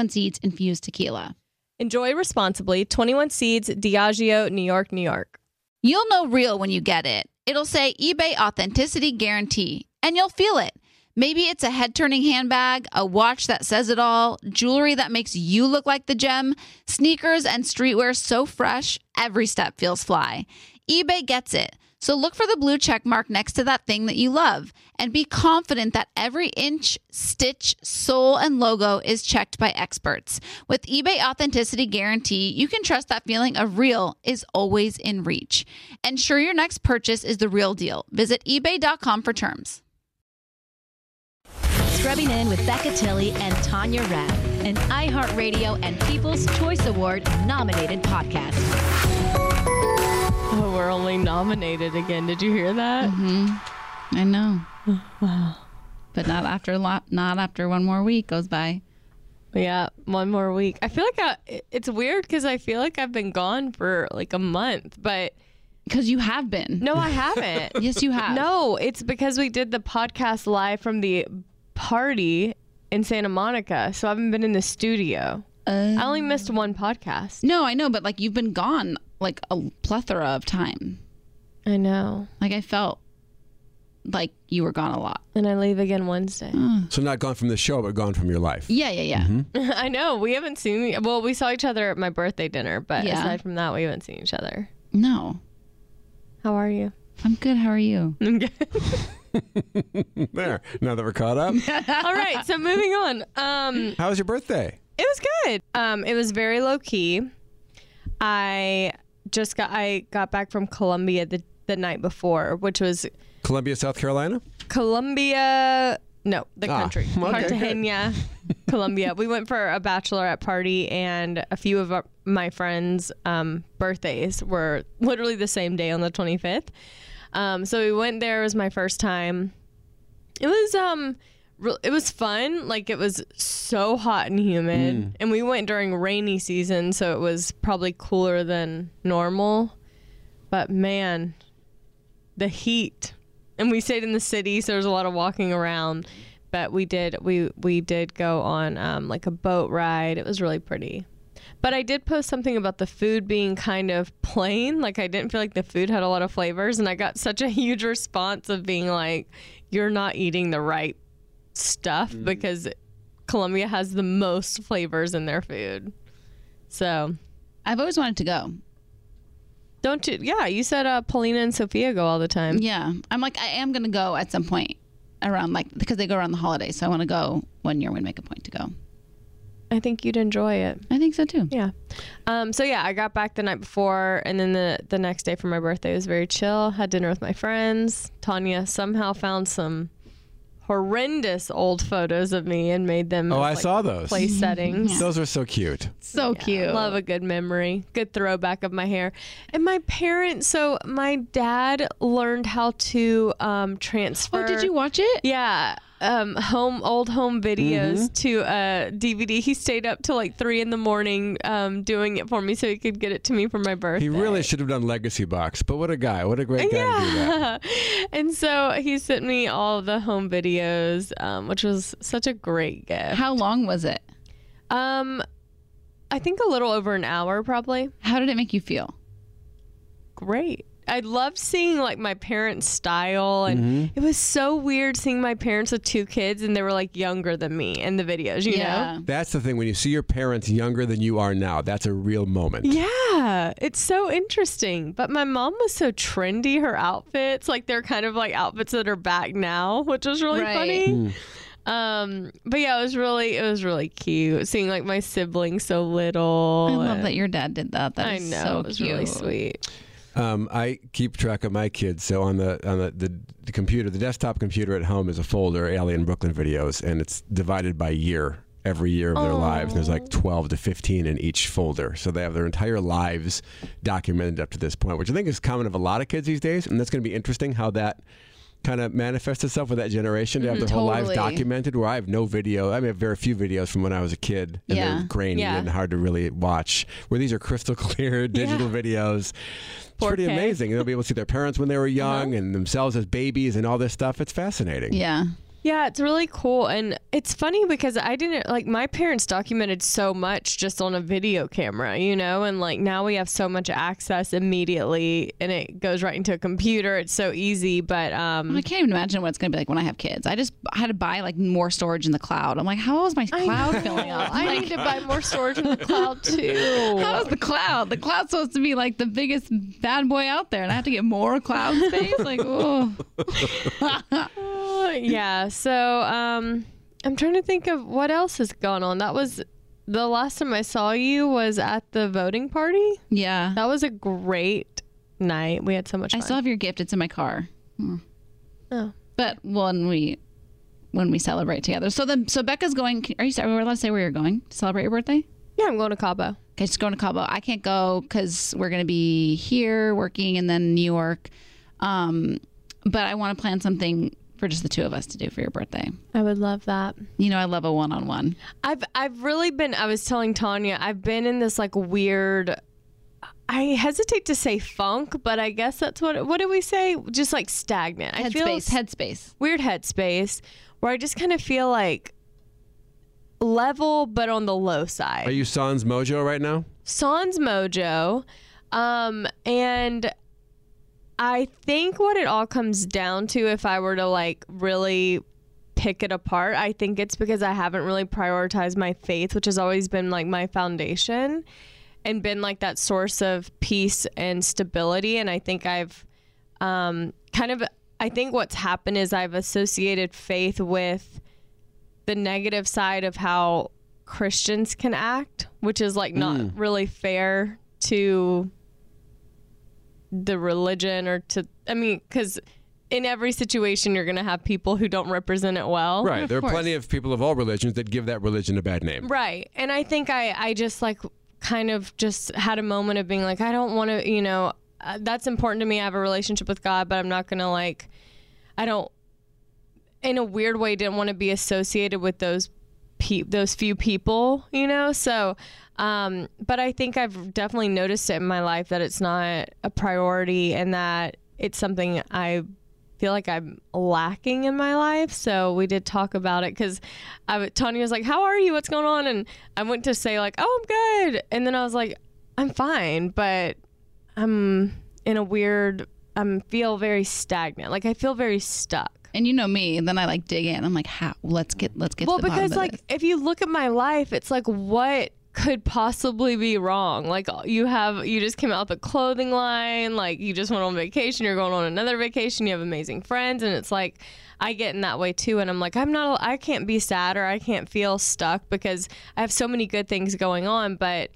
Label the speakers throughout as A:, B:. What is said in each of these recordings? A: Seeds infused tequila.
B: Enjoy responsibly. 21 Seeds, Diageo, New York, New York.
A: You'll know real when you get it. It'll say eBay Authenticity Guarantee, and you'll feel it. Maybe it's a head turning handbag, a watch that says it all, jewelry that makes you look like the gem, sneakers and streetwear so fresh, every step feels fly. eBay gets it. So look for the blue check mark next to that thing that you love and be confident that every inch, stitch, sole, and logo is checked by experts. With eBay Authenticity Guarantee, you can trust that feeling of real is always in reach. Ensure your next purchase is the real deal. Visit ebay.com for terms.
C: Scrubbing in with Becca Tilly and Tanya Rapp, an iHeartRadio and People's Choice Award nominated podcast.
B: Oh, we're only nominated again. Did you hear that?
A: I know. Wow. But not after not after one more week goes by.
B: Yeah, one more week. I feel like I, it- it's weird because I feel like I've been gone for like a month, but
A: Because you have been.
B: no, I haven't.
A: Yes, you have.
B: No, it's because we did the podcast live from the party in Santa Monica, so I haven't been in the studio. I only missed one podcast.
A: No, I know, but like you've been gone like a plethora of time.
B: I know.
A: Like I felt like you were gone a lot.
B: And I leave again Wednesday.
D: So not gone from the show, but gone from your life.
A: Yeah, yeah, yeah.
B: I know. We haven't seen, well, we saw each other at my birthday dinner, but
A: Yeah.
B: aside from that, we haven't seen each other.
A: No,
B: How are you?
A: I'm good. How are you?
D: There. Now that we're caught up.
B: All right, so moving on. Um,
D: How was your birthday?
B: It was good. Um, it was very low key. I just got I got back from Columbia the the night before, which was
D: Columbia, South Carolina?
B: Columbia. No, the
D: Ah,
B: country,
D: okay, good.
B: Cartagena, Colombia. We went for a bachelorette party, and a few of our, my friends' um, birthdays were literally the same day on the 25th. Um, so we went there. It was my first time. It was um, re- it was fun. Like it was so hot and humid,
D: Mm.
B: and we went during rainy season, so it was probably cooler than normal. But man, the heat and we stayed in the city so there was a lot of walking around but we did we we did go on um, like a boat ride it was really pretty but i did post something about the food being kind of plain like i didn't feel like the food had a lot of flavors and i got such a huge response of being like you're not eating the right stuff because colombia has the most flavors in their food so
A: I've always wanted to go.
B: don't you yeah you said uh, paulina and sophia go all the time
A: Yeah, I'm like I am gonna go at some point around like because they go around the holidays, so I want to go one year. We make a point to go.
B: I think you'd enjoy it.
A: I think so too.
B: Yeah. Um, so yeah, I got back the night before, and then the the next day for my birthday was very chill. Had dinner with my friends. Tanya somehow found some horrendous old photos of me and made them. as,
D: Oh, I
B: like,
D: saw those.
B: Place settings.
D: Those are so cute.
A: So cute.
B: Love a good memory, good throwback of my hair. And my parents, so my dad learned how to um, transfer.
A: Oh, did you watch it?
B: Yeah, um, home old home videos to a DVD. He stayed up till like three in the morning um, doing it for me, so he could get it to me for my birthday.
D: He really should have done Legacy Box, but what a guy. What a great guy to do that.
B: and so he sent me all the home videos, um, which was such a great gift.
A: How long was it?
B: Um, I think a little over an hour, probably.
A: How did it make you feel?
B: great. I loved seeing like my parents' style, and it was so weird seeing my parents with two kids, and they were like younger than me in the videos. You know?
D: That's the thing. When you see your parents younger than you are now, that's a real moment.
B: Yeah, it's so interesting. But my mom was so trendy. Her outfits, like they're kind of like outfits that are back now, which was really
A: Right.
B: funny. Um, but yeah, it was really, it was really cute seeing like my siblings so little.
A: I love
B: and-
A: that your dad did that. That
B: I
A: is
B: know
A: so
B: it was
A: cute.
B: really sweet.
D: Um, I keep track of my kids. So on the on the, the, the computer, the desktop computer at home is a folder, Alien Brooklyn videos, and it's divided by year. Every year of their lives, there's like 12 to 15 in each folder. So they have their entire lives documented up to this point, which I think is common of a lot of kids these days. And that's going to be interesting how that kind of manifests itself with that generation to have their whole lives
A: Mm-hmm, totally.
D: documented. Where I have no video, I mean, I have very few videos from when I was a kid, and
A: Yeah.
D: they're grainy
B: Yeah.
D: and hard to really watch. Where these are crystal clear digital videos. It's pretty
B: 4K.
D: amazing. They'll be able to see their parents when they were young and themselves as babies and all this stuff. It's fascinating.
A: Yeah.
B: Yeah, it's really cool. And it's funny because I didn't like my parents documented so much just on a video camera, you know, and like now we have so much access immediately and it goes right into a computer. It's so easy. But um
A: I can't even imagine what it's going to be like when I have kids. I just had to buy like more storage in the cloud. I'm like, how is my cloud filling up?
B: I need to buy more storage in the cloud too.
A: How is the cloud? The cloud's supposed to be like the biggest bad boy out there, and I have to get more cloud space. Like, oh,
B: yeah. So um I'm trying to think of what else has gone on. That was the last time I saw you was at the voting party.
A: yeah.
B: That was a great night. We had so much
A: I
B: fun.
A: still have your gift. It's in my car. Hmm.
B: Oh.
A: But when we when we celebrate together, so then so Becca's going. Are you? Are we allowed to say where you're going to celebrate your birthday?
B: yeah, I'm going to Cabo.
A: Okay, just going to Cabo. I can't go because we're going to be here working and then New York. Um, but I want to plan something for just the two of us to do for your birthday.
B: I would love that.
A: You know, I love a one on one.
B: I've I've really been I was telling Tanya, I've been in this like weird I hesitate to say funk, but I guess that's what what did we say? Just like stagnant. I feel
A: Headspace, headspace.
B: weird headspace where I just kind of feel like level but on the low side.
D: Are you Sans Mojo right now?
B: Sans Mojo. Um, and I think what it all comes down to, if I were to like really pick it apart, I think it's because I haven't really prioritized my faith, which has always been like my foundation and been like that source of peace and stability. And I think I've um, kind of, I think what's happened is I've associated faith with the negative side of how Christians can act, which is like not really fair to the religion or to, I mean, because in every situation you're going to have people who don't represent it well.
D: Right. There are plenty of people of all religions that give that religion a bad name.
B: Right. And I think I, I just like kind of just had a moment of being like, I don't want to, you know, uh, that's important to me. I have a relationship with God, but I'm not going to like, I don't, in a weird way, didn't want to be associated with those pe- those few people, you know? So, um, but I think I've definitely noticed it in my life that it's not a priority and that it's something I feel like I'm lacking in my life. So we did talk about it because Tanya was like, How are you? What's going on? And I went to say, like, Oh, I'm good. And then I was like, I'm fine, but I'm in a weird, I'm feel very stagnant. Like, I feel very stuck.
A: And you know me, and then I like dig in. I'm like, how? Let's get let's get.
B: Well,
A: to the bottom
B: because
A: of
B: like
A: this.
B: if you look at my life, it's like what could possibly be wrong? Like uh, you have you just came out with a clothing line, like you just went on vacation, you're going on another vacation, you have amazing friends, and it's like I get in that way too, and I'm like I'm not I can't be sad or I can't feel stuck because I have so many good things going on, but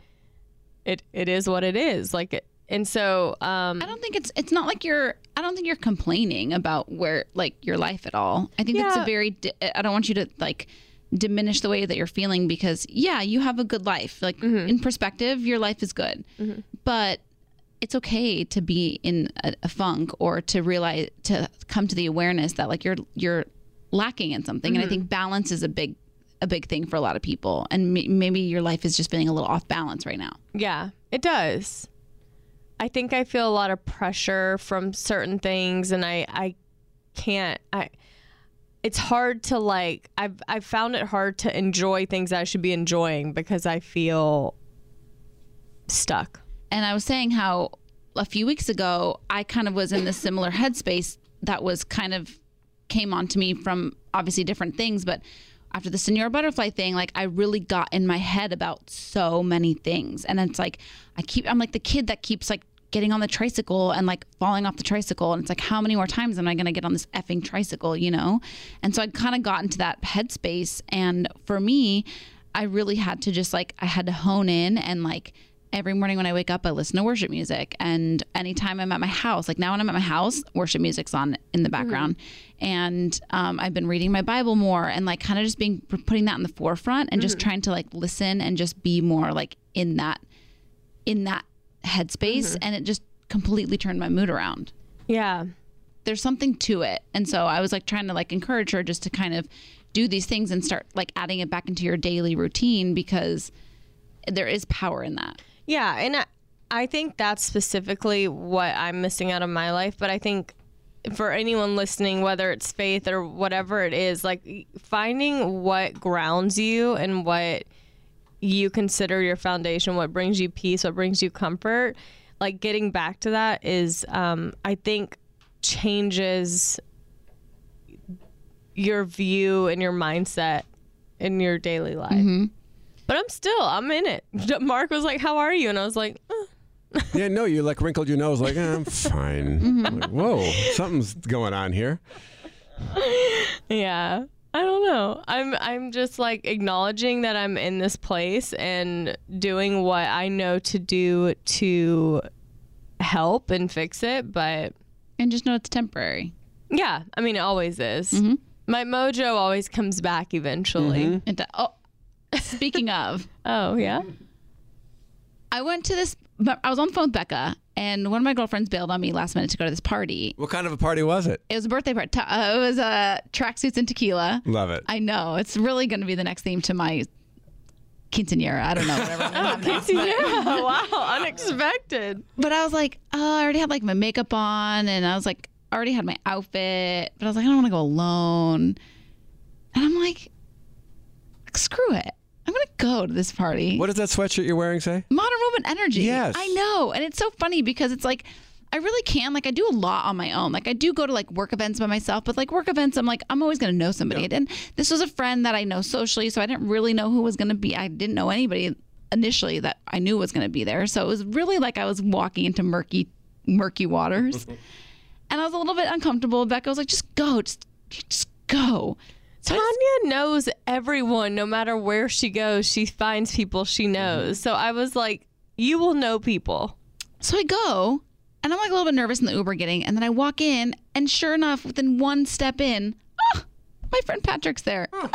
B: it it is what it is, like it. And so, um,
A: I don't think it's it's not like you're I don't think you're complaining about where like your life at all. I think that's a
B: Yeah.
A: very di- I don't want you to like diminish the way that you're feeling because yeah, you have a good life. Like
B: Mm-hmm.
A: in perspective, your life is good. But it's okay to be in a, a funk or to realize to come to the awareness that like you're you're lacking in something and I think
B: Mm-hmm.
A: balance is a big a big thing for a lot of people and may maybe your life is just feeling a little off balance right now.
B: Yeah, it does. I think I feel a lot of pressure from certain things and I I can't I it's hard to like I've I've found it hard to enjoy things I should be enjoying because I feel stuck.
A: and I was saying how a few weeks ago I kind of was in this similar headspace that was kind of came onto me from obviously different things, but after the Senor Butterfly thing, like I really got in my head about so many things, and it's like I keep I'm like the kid that keeps like getting on the tricycle and like falling off the tricycle and it's like how many more times am i going to get on this effing tricycle you know and so i kind of got into that headspace and for me i really had to just like i had to hone in and like every morning when I wake up, I listen to worship music. And anytime I'm at my house, like now when I'm at my house, worship music's on in the background. And um, I've been reading my Bible more and like kind of just being putting that in the forefront and just trying to like listen and just be more like in that in that headspace. And it just completely turned my mood around
B: Yeah.
A: there's something to it. And so I was like trying to like encourage her just to kind of do these things and start like adding it back into your daily routine because there is power in that.
B: Yeah, and I, I think that's specifically what I'm missing out of my life. But I think for anyone listening, whether it's faith or whatever it is, like finding what grounds you and what you consider your foundation, what brings you peace, what brings you comfort, like getting back to that is, um, I think, changes your view and your mindset in your daily life. But I'm still, I'm in it. Mark was like, How are you? And I was like, "Uh,
D: Yeah, no, you like wrinkled your nose, like, "Eh, I'm fine. Like, Whoa, something's going on here.
B: Yeah. I don't know. I'm I'm just like acknowledging that I'm in this place and doing what I know to do to help and fix it, but
A: And just know it's temporary.
B: yeah, I mean it always is. My mojo always comes back eventually.
A: It do- oh, speaking of,
B: Oh, yeah.
A: I went to this, but I was on the phone with Becca and one of my girlfriends bailed on me last minute to go to this party.
D: What kind of a party was it?
A: It was a birthday party. Uh, it was uh, tracksuits and tequila.
D: Love it.
A: I know. It's really going to be the next theme to my quinceanera. I don't know, whatever. I'm gonna have next.
B: Yeah. wow, unexpected.
A: But I was like, oh, I already had like my makeup on and I was like, I already had my outfit, but I was like, I don't want to go alone. And I'm like, screw it. I'm going to go to this party.
D: What does that sweatshirt you're wearing say?
A: Modern woman energy.
D: Yes.
A: I know. And it's so funny because it's like, I really can. Like, I do a lot on my own. Like, I do go to like work events by myself, but like work events, I'm like, I'm always going to know somebody. And this was a friend that I know socially. So I didn't really know who was going to be. I didn't know anybody initially that I knew was going to be there. So it was really like I was walking into murky, murky waters. and I was a little bit uncomfortable. Becca was like, just go. Just, just go.
B: Tanya knows everyone, no matter where she goes, she finds people she knows. So I was like, you will know people.
A: So I go, and I'm like a little bit nervous in the Uber getting, and then I walk in, and sure enough, within one step in, ah, my friend Patrick's there. Ah,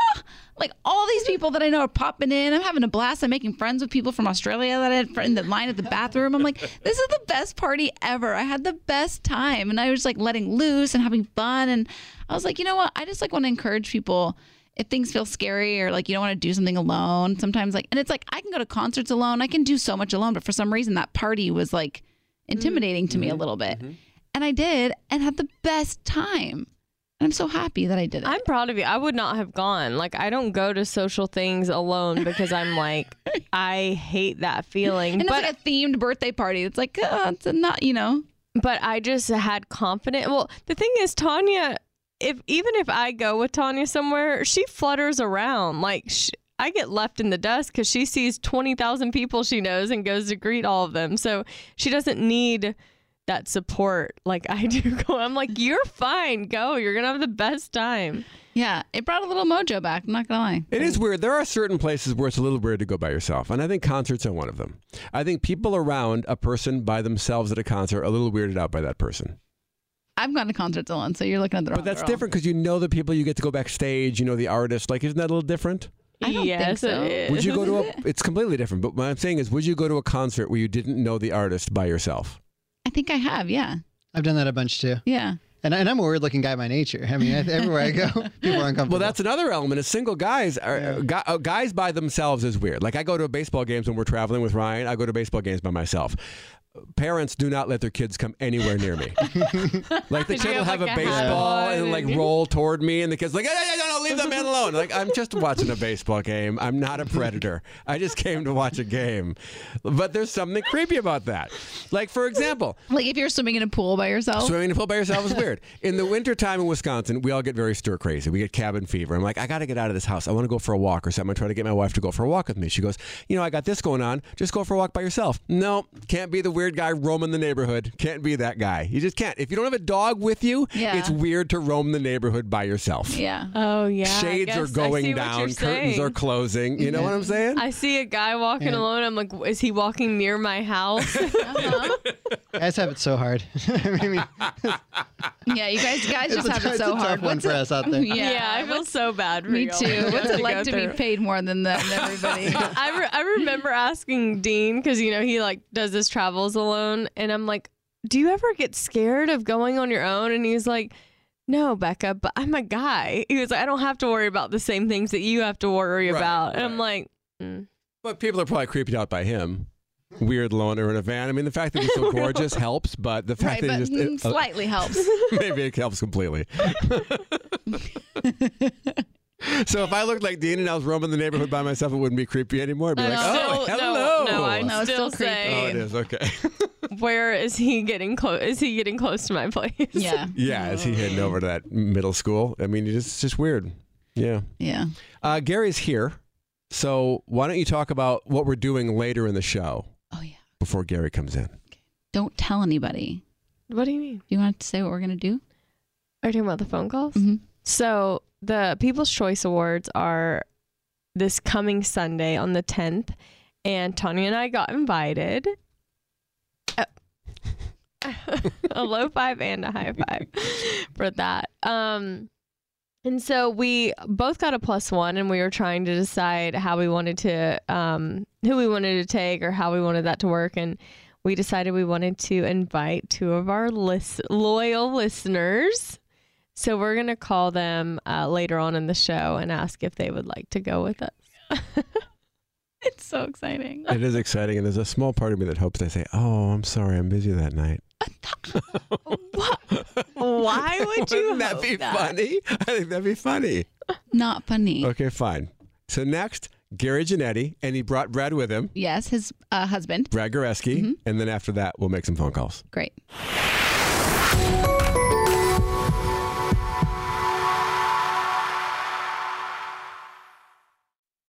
A: like all these people that I know are popping in. I'm having a blast. I'm making friends with people from Australia that I had fr- in the line at the bathroom. I'm like, this is the best party ever. I had the best time, and I was like letting loose and having fun. And I was like, you know what? I just like want to encourage people. If things feel scary or like you don't want to do something alone, sometimes like, and it's like I can go to concerts alone, I can do so much alone, but for some reason that party was like intimidating to me a little bit. And I did and had the best time. And I'm so happy that I did it.
B: I'm proud of you. I would not have gone. Like I don't go to social things alone because I'm like I hate that feeling.
A: and it's
B: But
A: like a themed birthday party. It's like, uh, it's not, you know.
B: but I just had confidence. Well, the thing is Tanya if even if I go with Tanya somewhere, she flutters around. Like sh I get left in the dust because she sees 20,000 people she knows and goes to greet all of them. So she doesn't need that support like I do. I'm like, you're fine. Go. You're going to have the best time.
A: Yeah, it brought a little mojo back. I'm not gonna lie.
D: It is weird. There are certain places where it's a little weird to go by yourself, and I think concerts are one of them. I think people around a person by themselves at a concert are a little weirded out by that person.
A: I've gone to concerts alone, so you're looking at the wrong.
D: But that's
A: girl.
D: different because you know the people, you get to go backstage, you know the artist. Like, isn't that a little different?
A: I don't think
B: yes,
A: so.
B: it is.
D: Would you go to a? It's completely different. But what I'm saying is, would you go to a concert where you didn't know the artist by yourself?
A: I think I have. Yeah,
E: I've done that a bunch too.
A: yeah.
E: And, and I'm a weird looking guy by nature. I mean, I, everywhere I go, people are uncomfortable.
D: Well, that's another element. Is single guys are gu- uh, guys by themselves is weird. Like I go to baseball games when we're traveling with Ryan. I go to baseball games by myself. Parents do not let their kids come anywhere near me. like the
B: Did
D: kid
B: you
D: will
B: have,
D: have a
B: like, a hat
D: baseball
B: on
D: and like roll toward me, and the kid's like, "No, no, no, no, leave that man alone." Like I'm just watching a baseball game. I'm not a predator. I just came to watch a game. But there's something creepy about that. Like for example,
A: Like if you're swimming in a pool by
B: Oh.
A: yourself.
D: Swimming in a pool by yourself is weird. In the wintertime in Wisconsin, we all get very stir crazy. We get cabin fever. I'm like, I got to get out of this house. I want to go for a walk or something. I try to get my wife to go for a walk with me. She goes, You know, I got this going on. Just go for a walk by yourself. No, can't be the weird guy roaming the neighborhood. Can't be that guy. You just can't. If you don't have a dog with you,
A: Yeah.
D: it's weird to roam the neighborhood by yourself.
A: yeah.
B: Oh, yeah. I
D: Shades
B: guess I
D: are
B: see
D: going
B: what
D: down,
B: you're
D: curtains
B: saying.
D: are closing. You know what I'm saying?
B: I see a guy walking alone. I'm like, is he walking near my house?
E: guys have it so hard. I mean,
A: Yeah, you guys guys
E: it's
A: just
E: a,
A: have
E: it's
A: it
E: a
A: so
E: tough
A: hard.
E: one
A: What's
E: for
A: it-
E: us out there.
A: Yeah,
B: yeah, I feel so bad for
A: me
B: y'all.
A: too. What's it
B: To
A: like
B: go
A: to
B: through.
A: be paid more than the, than everybody?
B: I, re- I remember asking Dean because you know he like does his travels alone, and I'm like, "Do you ever get scared of going on your own?" And he's like, "No, Becca, but I'm a guy." He was like, "I don't have to worry about the same things that you have to worry
D: Right,
B: about," and I'm
D: right.
B: like, "Mm."
D: But people are probably creeped out by him. Weird loner in a van. I mean, the fact that he's so gorgeous helps, but the
A: right,
D: fact that
A: but
D: he just
A: mm,
D: it- uh,
A: slightly helps.
D: Maybe it helps completely. so if I looked like Dean and I was roaming the neighborhood by myself, it wouldn't be creepy anymore. I'd be like, oh,
B: Still-
D: hello.
B: No, no, I'd
A: No, it's
B: still,
A: still creepy.
D: oh, it
B: say,
D: is. Okay.
B: "Where is he getting close? Is he getting close to my place?"
A: yeah,
D: yeah, is he heading over to that middle school? I mean, it's just, it's just weird. Yeah.
A: yeah.
D: Uh, Gary's here. So why don't you talk about what we're doing later in the show
A: Oh yeah.
D: before Gary comes in?
A: Don't tell anybody.
B: What do you mean?
A: Do you want to say what we're gonna do? Mm-hmm.
B: Are you talking about the phone calls? So the People's Choice Awards are this coming Sunday on the 10th, and Tanya and I got invited. Uh, a low five and a high five for that. Um, and so we both got a plus one, and we were trying to decide how we wanted to, um, who we wanted to take, or how we wanted that to work, and. We decided we wanted to invite two of our lis- loyal listeners so we're gonna call them uh, later on in the show and ask if they would like to go with us.
A: It's so exciting.
D: It is exciting, and there's a small part of me that hopes they say, "Oh, I'm sorry, I'm busy that night."
B: Why would you?
D: Wouldn't that
B: hope
D: be funny? I think that'd be funny.
A: Not funny.
D: Okay, fine. So next, Gary Janetti, and he brought Brad with him,
A: Yes, his uh, husband.
D: Brad Goreski, and then after that, we'll make some phone calls.
A: Great.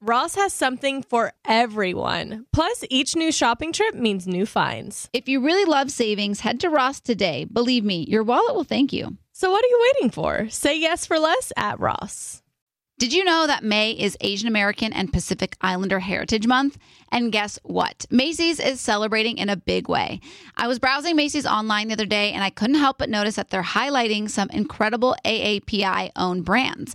B: Ross has something for everyone. Plus, each new shopping trip means new finds.
A: If you really love savings, head to Ross today. Believe me, your wallet will thank you.
B: So, what are you waiting for? Say yes for less at Ross.
A: Did you know that May is Asian American and Pacific Islander Heritage Month? And guess what? Macy's is celebrating in a big way. I was browsing Macy's online the other day and I couldn't help but notice that they're highlighting some incredible AAPI owned brands.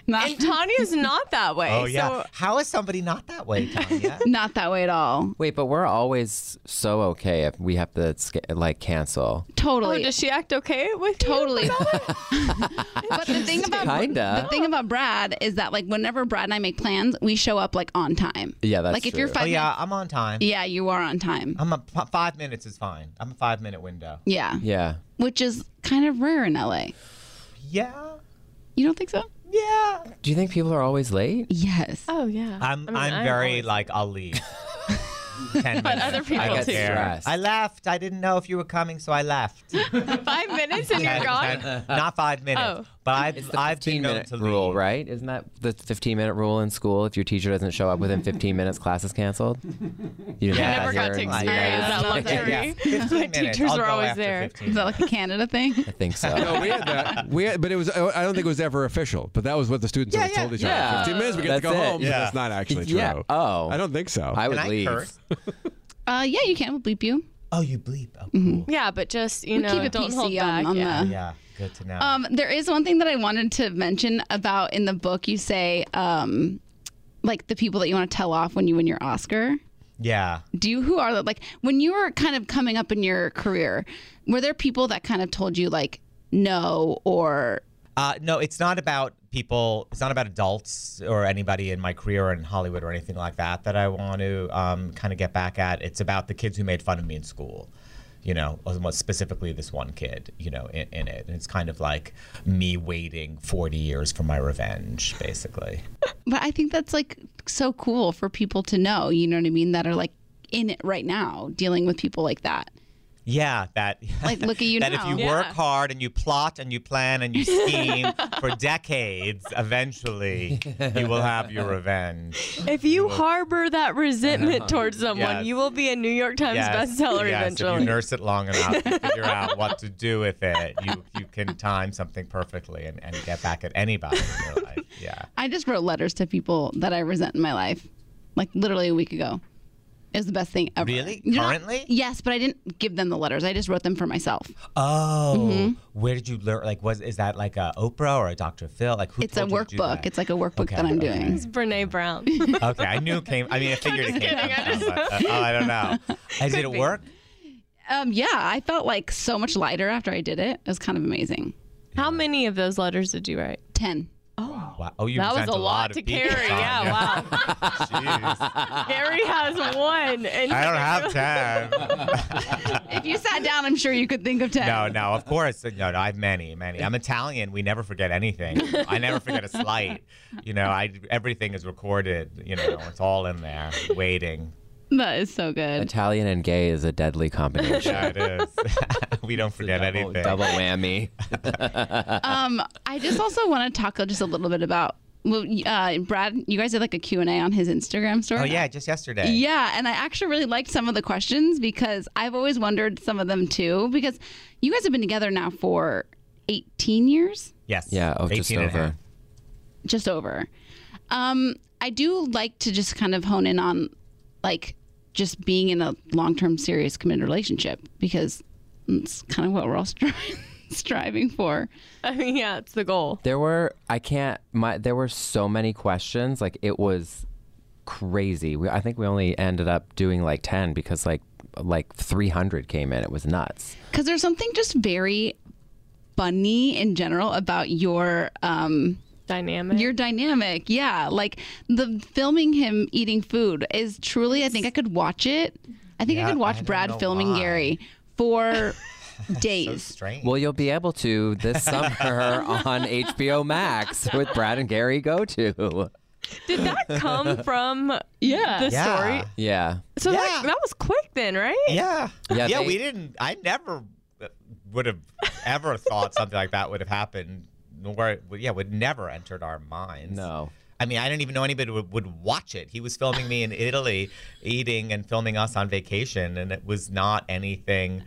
A: Not,
B: and Tanya's not that way.
F: Oh yeah.
B: So
F: How is somebody not that way, Tanya?
A: not that way at all.
G: Wait, but we're always so okay if we have to sca- like cancel.
B: Oh,
A: Totally.
B: does she act okay with you?
A: Totally. but the thing about
G: Kinda.
A: the thing about Brad is that like whenever Brad and I make plans, we show up like on time.
G: Yeah, that's
A: like if you're
G: true.
A: five.
F: oh yeah, I'm on time.
A: minutes- yeah, you are on time.
F: I'm a, p- five minutes is fine. I'm a five minute window.
A: yeah.
G: Yeah.
A: which is kind of rare in LA.
F: Yeah.
A: You don't think so?
F: Yeah.
G: Do you think people are always late?
A: Yes.
B: Oh yeah.
F: I'm
B: I mean,
F: I'm,
B: I'm
F: very
B: always-
F: like I'll leave. Ten minutes.
B: other people
F: I don't
B: too.
F: care.
G: Stressed.
F: I left. I didn't know if you were coming, so I left.
B: Five minutes and you're
F: Ten-
B: gone.
F: ten- uh, not five minutes.
B: Oh.
F: But I've
G: It's the
F: I've
G: 15
F: been known
G: minute
F: to leave.
G: rule, right? Isn't that the 15 minute rule in school? If your teacher doesn't show up within 15 minutes, class is canceled. You didn't
F: Yeah.
G: have
B: Never
G: that
B: got
G: here
B: to
G: in
B: experience
G: you guys-
B: that luxury. My
F: 15 minutes.
B: teachers
F: I'll
B: were
F: go
B: always
F: after
B: there.
F: 15
A: Is that
F: minutes.
A: like a Canada thing?
G: I think so.
D: No, Oh, we had that. We had, but it was. I don't think it was ever official. But that was what the students always told each
G: yeah.
D: other. Fifteen minutes, we get to
G: That's
D: go
G: it.
D: home. But
F: Yeah.
D: that's not actually true.
G: Yeah. Oh.
D: I don't think so.
G: I would
F: Can I
G: leave.
F: curse?
A: Uh, yeah, you can. We'll bleep you.
F: Oh, you bleep. Oh, cool.
B: Yeah, but just you
A: We
B: know,
A: keep it
B: don't
A: PC
B: hold
A: on-
B: back.
A: on
B: yeah.
A: the-
F: Yeah, good to know.
A: Um, there is one thing that I wanted to mention about in the book. You say, um, like the people that you want to tell off when you win your Oscar.
F: yeah.
A: Do you who are the- like when you were kind of coming up in your career? Were there people that kind of told you like no or
F: Uh, no, it's not about people. It's not about adults or anybody in my career or in Hollywood or anything like that that I want to um, kind of get back at. It's about the kids who made fun of me in school. You know, or most specifically this one kid. You know, in, in it, and it's kind of like me waiting 40 years for my revenge, basically.
A: But I think that's like so cool for people to know, you know what I mean, that are like in it right now, dealing with people like that.
F: Yeah, that.
A: Like, look at you
F: that
A: now.
F: if you
B: Yeah.
F: work hard and you plot and you plan and you scheme for decades, eventually you will have your revenge.
B: If you harbor that resentment towards someone,
F: Uh-huh. Yes.
B: you will be a New York Times bestseller
F: yes, If
B: eventually.
F: you nurse it long enough, you figure out what to do with it. You you can time something perfectly and, and get back at anybody in your life. Yeah.
A: I just wrote letters to people that I resent in my life, like literally a week ago. It was the best thing ever.
F: Really?
A: You're not-
F: Currently?
A: yes, but I didn't give them the letters. I just wrote them for myself.
F: Oh,
B: Mm-hmm.
F: where did you learn? Like, was is that like a Oprah or a Dr. Phil? Like, who
A: It's a
F: told you to do
A: workbook.
F: that?
A: It's like a workbook
F: Okay,
A: that I'm
F: okay.
A: doing.
B: Brene Brown.
F: okay. I knew it came. I mean, I figured it came.
B: kidding, I
F: from
B: just-
F: somewhere. Uh, oh, I don't know. Is it
B: be.
F: work?
A: Um, yeah, I felt like so much lighter after I did it. It was kind of amazing.
B: How many of those letters did you write?
A: 10.
F: Wow. Oh, you
B: That was
F: sent
B: a lot
F: of
B: to
F: people,
B: carry. Yeah,
F: Tanya.
B: wow.
F: Jeez.
B: Gary has one. And
F: I don't have time.
A: If you sat down, I'm sure you could think of 10.
F: No, no, of course. No, no, I have many, many. I'm Italian. We never forget anything. I never forget a slight. You know, I everything is recorded. You know, it's all in there, waiting.
A: That is so good.
G: Italian and gay is a deadly combination.
F: Yeah, it is. we don't forget
G: double,
F: anything.
G: double whammy.
A: Um, I just also want to talk just a little bit about well, uh, Brad. You guys did like a Q and A on his Instagram story.
F: Oh yeah, just yesterday.
A: Yeah, and I actually really liked some of the questions because I've always wondered some of them too. Because you guys have been together now for 18 years,
F: Yes.
G: Yeah, oh,
F: 18
G: just
F: and a half.
G: over.
A: just over. Um, I do like to just kind of hone in on like just being in a long term, serious, committed relationship because it's kind of what we're all stri- striving for.
B: I mean, yeah, it's the goal.
G: There were I can't my there were so many questions like it was crazy. We, I think we only ended up doing like 10 because like like 300 came in. It was nuts.
A: Because there's something just very funny in general about your um
B: Dynamic.
A: your dynamic yeah like the filming him eating food is truly i think i could watch it i think
F: Yeah,
A: i could
F: I
A: watch
F: don't
A: brad
F: know
A: filming
F: why.
A: gary for
F: So
A: days
F: strange.
G: Well, you'll be able to this summer on HBO Max with Brad and Gary go to.
B: Did that come from
A: Yeah.
B: the
F: Yeah.
B: story?
G: Yeah.
B: So that,
F: Yeah.
B: that was quick then, right?
F: yeah.
G: Yeah, they-
F: we didn't. I never uh, would have ever thought something like that would have happened. Nor, yeah, would never entered our minds.
G: No.
F: I mean, I didn't even know anybody would, would watch it. He was filming me in Italy, eating and filming us on vacation, and it was not anything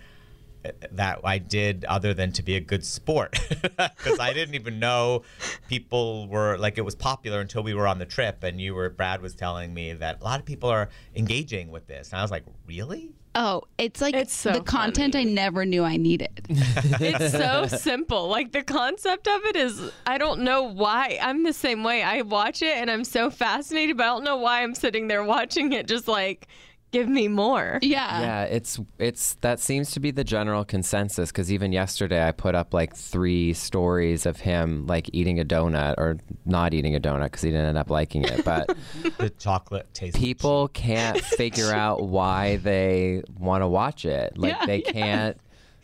F: that I did other than to be a good sport because I didn't even know people were like it was popular until we were on the trip and you were Brad was telling me that a lot of people are engaging with this and I was like really
A: Oh, it's like
B: It's so
A: the content I never knew I needed.
B: it's so simple. Like the concept of it is, I don't know why. I'm the same way. I watch it and I'm so fascinated, but I don't know why I'm sitting there watching it. Just like, give me more.
A: Yeah.
G: yeah it's it's that seems to be the general consensus because even yesterday i put up like three stories of him like eating a donut or not eating a donut because he didn't end up liking it but
F: the chocolate tastes.
G: people can't figure out why they want to watch it like
A: Yeah,
G: they
A: yeah.
G: can't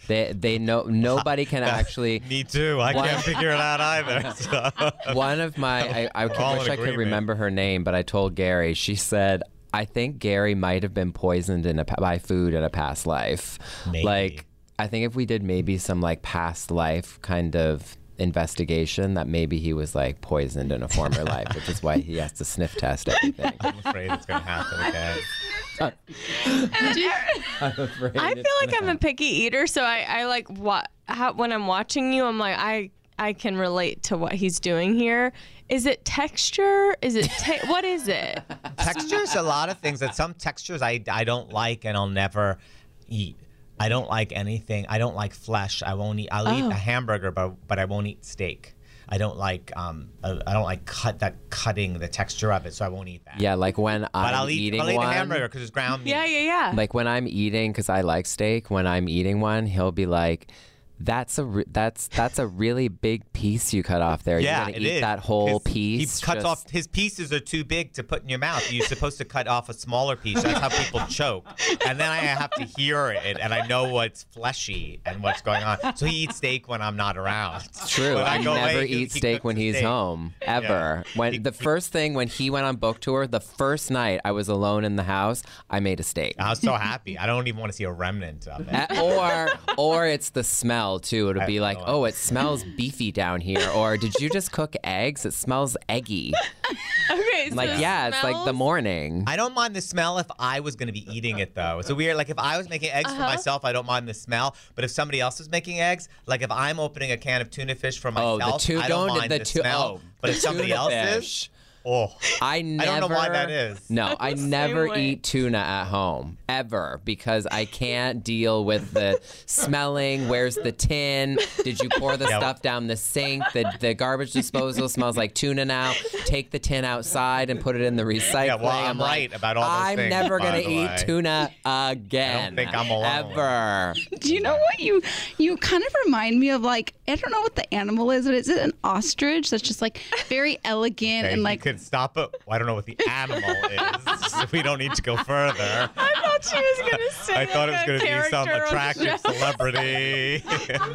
G: they they know nobody can actually
F: Me too. I can't figure it out either. so.
G: one of my I, I
F: all
G: wish
F: in
G: I could
F: agreement.
G: remember her name, but I told Gary. She said I think Gary might have been poisoned in a, pa- by food in a past life.
F: Maybe.
G: Like I think if we did maybe some like past life kind of investigation, that maybe he was like poisoned in a former life, which is why he has to sniff test everything.
F: I'm afraid it's gonna happen again.
G: I'm afraid
B: I
G: it's
B: feel like I'm a picky eater, so I, I like what how, when I'm watching you, I'm like I I can relate to what he's doing here. Is it texture? Is it ta- what is it?
F: textures a lot of things that some textures I, I don't like and I'll never eat. I don't like anything. I don't like flesh. I won't eat. I'll eat a hamburger, but but I won't eat steak. I don't like um I I don't like cut that cutting the texture of it, so I won't eat that.
G: yeah, like when
F: but
G: I'm
F: I'll eat.
G: eating
F: I'll eat
G: one.
F: a hamburger because it's ground meat.
B: Yeah, yeah, yeah.
G: like when I'm eating because I like steak. When I'm eating one, he'll be like, "That's a re- that's that's a really big piece you cut off there.
F: Yeah,
G: You're
F: it
G: gonna eat
F: is.
G: that whole
F: 'Cause
G: piece."
F: He cuts
G: just-
F: off his pieces are too big to put in your mouth. You're supposed to cut off a smaller piece. That's how people choke. And then I have to hear it, and I know what's fleshy and what's going on. So he eats steak when I'm not around. It's
G: True. I never eat steak when he's home ever. When
F: He-
G: the
F: he-
G: first thing when he went on book tour, the first night I was alone in the house, I made a steak.
F: I was so happy. I don't even want to see a remnant of it.
G: Uh, or or it's the smell too. It'll be like,
F: no
G: oh, it smells beefy down here. Or did you just cook eggs? It smells eggy.
B: okay, so
G: Like yeah, it's like the
B: smells-
G: morning.
F: I don't mind the smell if I was going to be eating it though. It's a weird like if I was making eggs
B: Uh-huh.
F: for myself, I don't mind the smell. But if somebody else is making eggs, like if I'm opening a can of tuna fish for
G: Oh,
F: myself,
G: the two-
F: I don't
G: don't-
F: mind
G: the
F: the,
G: two-
F: smell.
G: oh,
F: but if
G: the
F: somebody
G: tuna
F: else
G: fish.
F: is, oh,
G: I never.
F: don't know why that is.
G: No, I
B: the
G: never
B: same way.
G: eat tuna at home ever because I can't deal with the smelling. Where's the tin? Did you pour the
F: Yeah.
G: stuff down the sink? The the garbage disposal smells like tuna now. Take the tin outside and put it in the recycling.
F: well, I'm
G: like,
F: right about all those
G: I'm
F: things,
G: never
F: by
G: gonna
F: the
G: eat
F: way.
G: tuna again.
F: think I'm alone.
G: Ever.
A: Do you know what you you kind of remind me of? Like I don't know what the animal is, but is it an ostrich that's just like very elegant
F: okay,
A: and
F: like, you
A: like
F: could stop it. I don't know what the animal is. so we don't need to go further.
B: I thought she was gonna say.
F: I thought it was
B: going to
F: be some attractive celebrity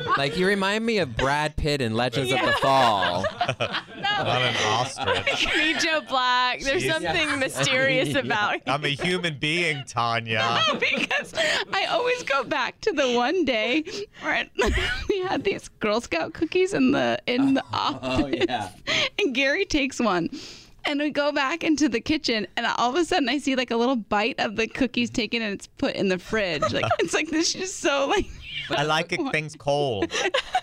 G: Like you remind me of Brad Pitt in Legends of the Fall.
F: on an ostrich.
B: Me Joe Black. There's
F: Jeez.
B: something mysterious about him.
F: I'm a human being, Tanya.
A: because I always go back to the one day where we had these Girl Scout cookies in the in the office,
G: Oh, yeah.
A: and Gary takes one. And we go back into the kitchen, and all of a sudden, I see like a little bite of the cookies taken, and it's put in the fridge. Like it's like this is just so like
F: I like it, things cold.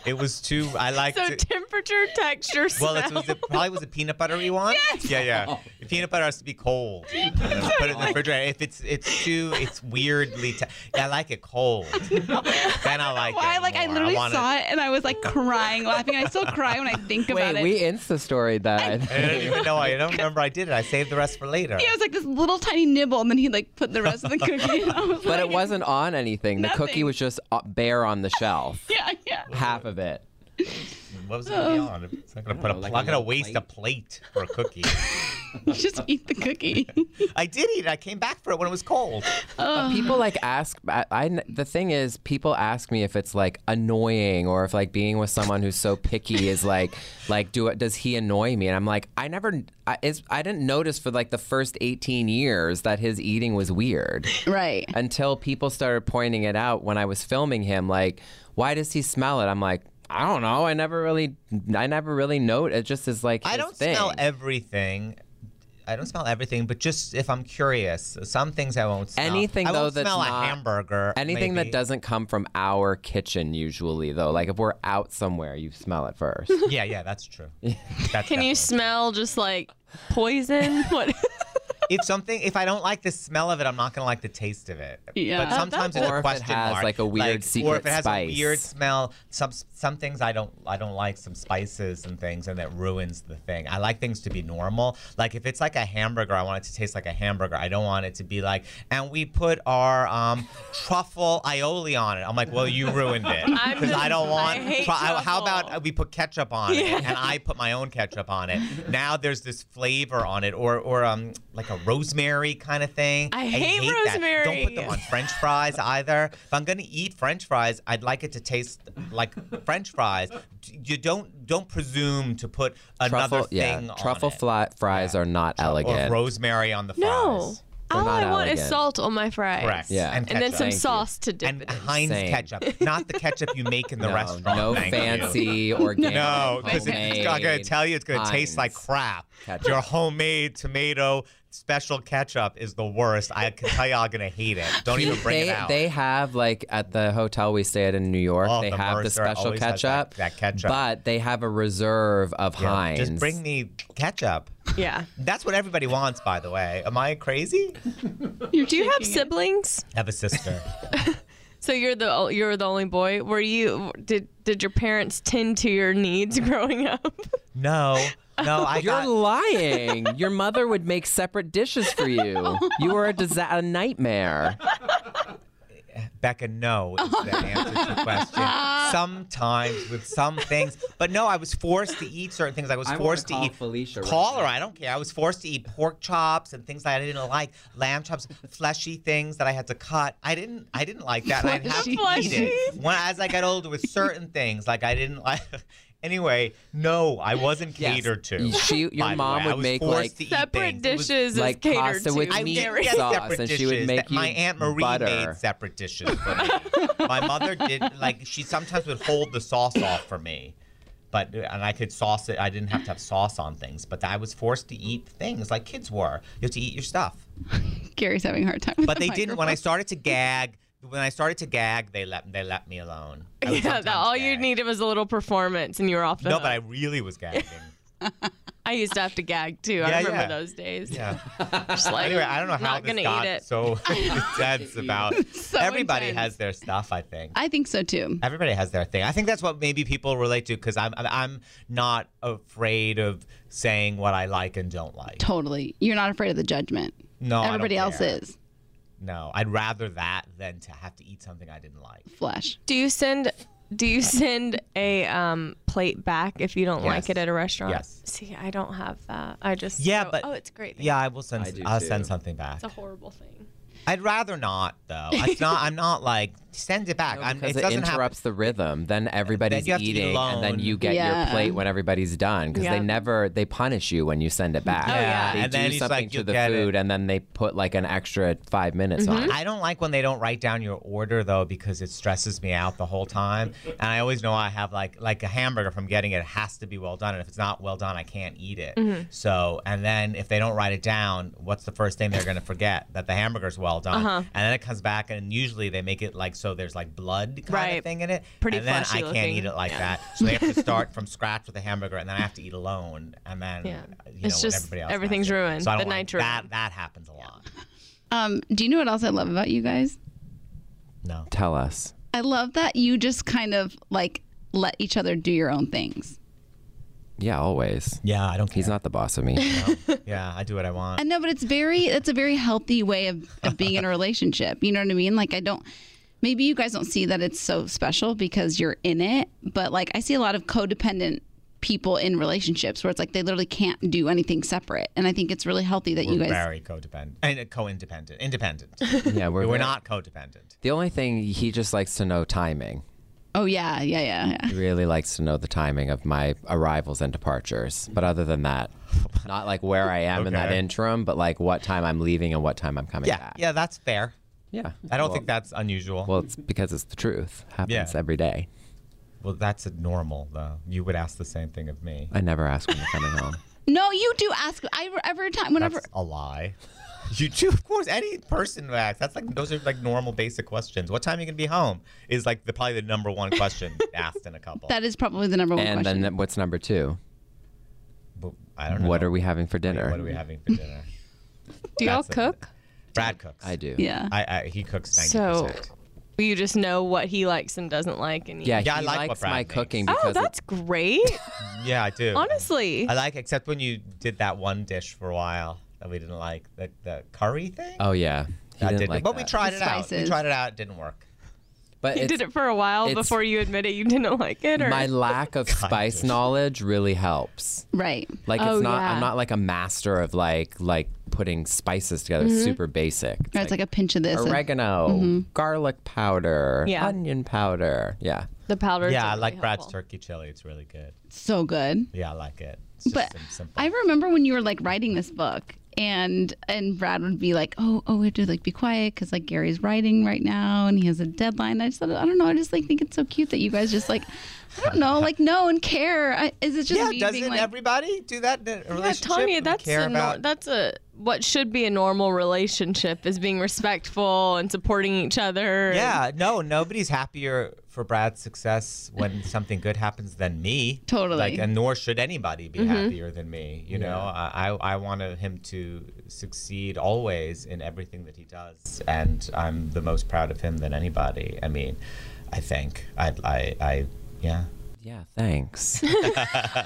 F: It was too. I like.
B: So temperature, texture, smell.
F: Well, it was it probably was a peanut buttery one.
A: Oh.
F: Yeah, yeah. The peanut butter has to be cold. And then Put it in the refrigerator. If it's it's too, it's weirdly. T- I like it cold. then I like
A: why.
F: it.
A: Like I
F: more.
A: literally
F: want
A: saw it, and I was like crying, laughing. I still cry when I think about
G: Wait,
A: it.
G: we Insta story that.
F: I don't even know. I don't remember. I did it. I saved the rest for later.
A: Yeah, it was like this little tiny nibble, and then he like put the rest of the cookie. And I was
G: But it
A: like-
G: wasn't on anything. The cookie
A: Nothing.
G: was just uh, bare on the shelf.
A: Yeah, yeah.
G: Half of it.
F: What was it gonna be
A: Oh.
F: on? It's not gonna put. A,
G: know,
F: am
G: Oh, like
F: not
G: a
F: gonna
G: little
F: waste a plate for a cookie.
A: Just eat the cookie.
F: I did eat it. I came back for it when it was cold.
G: People like ask. I, I- the thing is, people ask me if it's like annoying or if like being with someone who's so picky is like like do it. Does he annoy me? And I'm like, I never. I, it's, I didn't notice for like the first 18 years that his eating was weird.
A: Right.
G: until people started pointing it out when I was filming him. Like, why does he smell it? I'm like, I don't know. I never really, I never really know. It just is like
F: I
G: his
F: don't
G: thing.
F: smell everything. I don't smell everything, but just if I'm curious, some things I won't smell.
G: Anything,
F: I
G: though,
F: won't
G: that's
F: smell
G: not-
F: a hamburger.
G: Anything
F: maybe.
G: that doesn't come from our kitchen usually, though. Like if we're out somewhere, you smell it first.
F: Yeah, yeah, that's true.
B: Can
F: That's
B: you
F: definitely-
B: smell just like poison? What?
F: if something, if I don't like the smell of it, I'm not gonna like the taste of it.
A: Yeah.
F: But sometimes it's
G: Or if
F: a
G: it
F: question
G: has,
F: mark.
G: like, a weird
F: Or
G: secret
F: if it has
G: spice.
F: a weird smell. Some some things I don't I don't like some spices and things, and that ruins the thing. I like things to be normal. Like if it's like a hamburger, I want it to taste like a hamburger. I don't want it to be like, and we put our um, truffle aioli on it. I'm like, well, you ruined it
B: I'm
F: because I don't
B: just-
F: want.
B: I hate
F: how
B: truffle.
F: about we put ketchup on
B: Yeah.
F: it and I put my own ketchup on it. Now there's this flavor on it or or um like a rosemary kind of thing.
B: I hate
F: that. Don't
B: rosemary.
F: put them on French fries either. If I'm gonna eat French fries, I'd like it to taste like French fries. You don't don't presume to put another
G: truffle, yeah,
F: thing on
G: truffle
F: it.
G: fly, fries are not
F: or
G: elegant.
F: rosemary on the fries.
B: No.
G: They're
B: All
G: not
B: I want is
G: elegant.
B: salt on my fries.
F: Correct.
G: Yeah.
F: And,
B: And then
F: ketchup.
B: some
G: you.
B: sauce to dip
F: and
B: it in.
F: Heinz
G: Same.
F: ketchup, not the ketchup you make in the
G: no,
F: restaurant.
G: no
F: thank you.
G: fancy organic.
F: No, because it's I'm gonna
G: homemade
F: tell you, it's gonna taste like
G: Heinz.
F: crap.
G: Ketchup.
F: Your homemade tomato special ketchup is the worst. I can tell y'all gonna hate it. Don't even bring
G: they,
F: it out.
G: They have like at the hotel we stayed in New York,
F: Oh,
G: they
F: the
G: have the
F: Mercer
G: special
F: always has
G: ketchup.
F: that- that ketchup.
G: But they have a reserve of
F: Yeah,
G: Heinz.
F: Just bring me ketchup.
B: Yeah.
F: That's what everybody wants, by the way. Am I crazy?
B: Do you have siblings?
F: I have a sister.
B: So you're the o- you're the only boy. Were you did did your parents tend to your needs growing up?
F: No, no, I
G: You're
F: got.
G: lying. Your mother would make separate dishes for you.
F: Oh.
G: You were a, disa- a nightmare.
F: Becca, no is the answer to your question. Sometimes with some things, but no, I was forced to eat certain things. I was
G: I wanna
F: forced
G: call
F: to eat.
G: Felicia right
F: call her.
G: now.
F: I don't care. I was forced to eat pork chops and things that I didn't like, lamb chops, fleshy things that I had to cut. I didn't. I didn't like that. and I'd have to eat it. When, as I got older, with certain things, like I didn't like. Anyway, no, I wasn't
G: Yes.
F: catered to.
G: She- your
F: by the
G: mom
F: way. I
G: would
F: was
G: make,
F: forced
G: like,
F: to eat
B: Separate
F: things. It was-
B: dishes
G: like
B: is catered
G: pasta
B: to.
G: with
F: I
G: meat
F: did get
G: sauce,
F: separate
G: and she would
F: dishes
G: make
F: that my
G: you
F: aunt Marie
G: butter.
F: made separate dishes for me. my mother did like she sometimes would hold the sauce off for me. But and I could sauce it. I didn't have to have sauce on things, but I was forced to eat things like kids were. You have to eat your stuff.
A: Gary's having a hard time. With
F: But
A: the
F: they didn't. When
A: microphone.
F: I started to gag, when I started to gag, they let they let me alone. I would
B: Yeah, that
F: sometimes
B: all you
F: gag.
B: needed was a little performance and you were off the
F: No,
B: hook.
F: but I really was gagging.
B: I used to have to gag too. I
F: Yeah,
B: remember
F: yeah.
B: those days.
F: Yeah.
B: Just like,
F: anyway, I don't know how
B: not
F: this
B: gonna
F: got
B: eat it.
F: so intense about.
A: So
F: Everybody
A: intense.
F: has their stuff, I think.
A: I think so too.
F: Everybody has their thing. I think that's what maybe people relate to because I'm I'm not afraid of saying what I like and don't like.
A: Totally. You're not afraid of the judgment.
F: No, I don't
A: Everybody else
F: care.
A: is.
F: No, I'd rather that than to have to eat something I didn't like.
A: Flesh.
B: Do you send do you send a um, plate back if you don't like
F: Yes.
B: it at a restaurant?
F: Yes.
B: See, I don't have that. I just
F: Yeah,
B: go,
F: but
B: oh, it's great.
F: Yeah, I will send.
G: I do
F: I'll
G: too.
F: send something back.
B: it's a horrible thing.
F: I'd rather not though. It's not. I'm not like send it back. I'm,
G: Because
F: it
G: it
F: doesn't happen.
G: interrupts the rhythm. Then everybody's
F: you have to eat
G: eating, and then
F: alone.
G: you get your
A: Yeah.
G: plate when everybody's done. Because they
B: Yep.
G: never they punish you when you send it
B: Oh,
G: back.
F: yeah.
G: They
F: And
G: do
F: then it's
G: something
F: like,
G: to
F: you'll
G: the
F: get it.
G: food, and then they put like an extra five minutes on. it.
F: I don't like when they don't write down your order though because it stresses me out the whole time. And I always know I have like like a hamburger from getting it, it has to be well done. And if it's not well done, I can't eat it.
B: Mm-hmm.
F: So and then if they don't write it down, what's the first thing they're gonna forget? That the hamburger's well done.
B: Uh-huh.
F: And then it comes back and usually they make it like so there's like blood kind
B: Right.
F: of thing in it.
B: Pretty
F: and then I
B: fleshy
F: can't
B: looking.
F: eat it like that. So they have to start from scratch with the hamburger and then I have to eat alone. And then
B: Yeah.
F: you know
B: It's
F: when
B: just
F: everybody else has
B: everything's
F: it.
B: ruined.
F: So I
B: The
F: don't like
B: night's ruined.
F: that that happens a lot.
A: Um, do you know what else I love about you guys?
F: No.
G: Tell us.
A: I love that you just kind of like let each other do your own things.
G: Yeah, always.
F: Yeah, I don't care.
G: He's not the boss of me.
F: Yeah, I do what I want.
A: I know, but it's very it's a very healthy way of, of being in a relationship. You know what I mean? Like I don't maybe you guys don't see that it's so special because you're in it, but like I see a lot of codependent people in relationships where it's like they literally can't do anything separate. And I think it's really healthy that you
F: We're
A: guys
F: very codependent and uh, co-independent, independent.
G: Yeah, we're, very-
F: We're, not codependent.
G: The only thing he just likes to know timing.
A: Oh yeah, yeah, yeah, yeah.
G: He really likes to know the timing of my arrivals and departures. But other than that, not like where I am in that
F: Okay.
G: interim, but like what time I'm leaving and what time I'm coming
F: Yeah,
G: back.
F: yeah, that's fair.
G: yeah.
F: I don't
G: well,
F: think that's unusual. Well,
G: Well, it's because it's the truth. Happens
F: Yeah.
G: every day.
F: that's a normal though. You would ask the same thing of me.
G: I never ask when you're coming home.
A: No, you do ask I every time whenever
F: That's a lie. You do, of course. Any person would ask. That's like those are like normal, basic questions. What time are you gonna be home? Is like the probably the number one question asked in a couple.
A: that is probably the number one
G: and
A: question.
G: then what's number two?
F: But I don't know.
G: What are we having for dinner?
F: What are we having for dinner?
B: Do y'all
F: That's it.
B: cook?
F: Brad cooks.
G: I do.
A: Yeah.
F: I, I he cooks ninety
B: So-
F: percent.
B: You just know what he likes and doesn't like, and you-
G: Yeah,
F: Yeah, I
G: he
F: like what
G: likes
F: Brad
G: my
F: makes.
G: cooking because
B: Oh,
G: it's-
B: that's great.
F: Yeah, I do.
B: Honestly,
F: I like except when you did that one dish for a while that we didn't like the the curry thing.
G: Oh yeah. He
F: that
G: didn't
F: didn't,
G: like
F: but we
G: that.
F: tried
A: The
F: it out. We
A: spices.
F: tried it out. It didn't work.
G: But
B: you
G: it's-
B: did it for a while
G: it's-
B: before you admitted you didn't like it, or
G: my lack of spice knowledge really helps.
A: Right.
G: Like it's
B: Oh,
G: not
B: yeah.
G: I'm not uh, like a master of like like putting spices together.
B: Mm-hmm.
G: It's super basic. It's
A: It's like a pinch of this. and-
G: oregano, garlic powder,
B: Yeah.
G: onion powder. Yeah.
B: the powder.
F: yeah, I like Brad's turkey chili. It's really good.
A: so good.
F: Yeah, I like it. It's just
A: But
F: sim- simple.
A: I remember when you were like writing this book, and and Brad would be like, "Oh, oh, we have to like be quiet because like Gary's writing right now and he has a deadline." I just thought, I don't know, I just like think it's so cute that you guys just like, I don't know, like no and care. I, is it just
F: yeah,
A: me
F: doesn't
A: being like,
F: everybody do that in a
B: Yeah,
F: relationship?
B: Tanya,
F: We
B: that's
F: care
B: a nor-
F: about-
B: that's a what should be a normal relationship is being respectful and supporting each other. and-
F: Yeah, no, nobody's happier for Brad's success when something good happens than me.
A: Totally. Mm-hmm.
F: Like, and nor should anybody be happier than me. You know, I I I wanted him to succeed always in everything that he does, and I'm the most proud of him than anybody. I mean, I think I I, I yeah.
G: Yeah, thanks.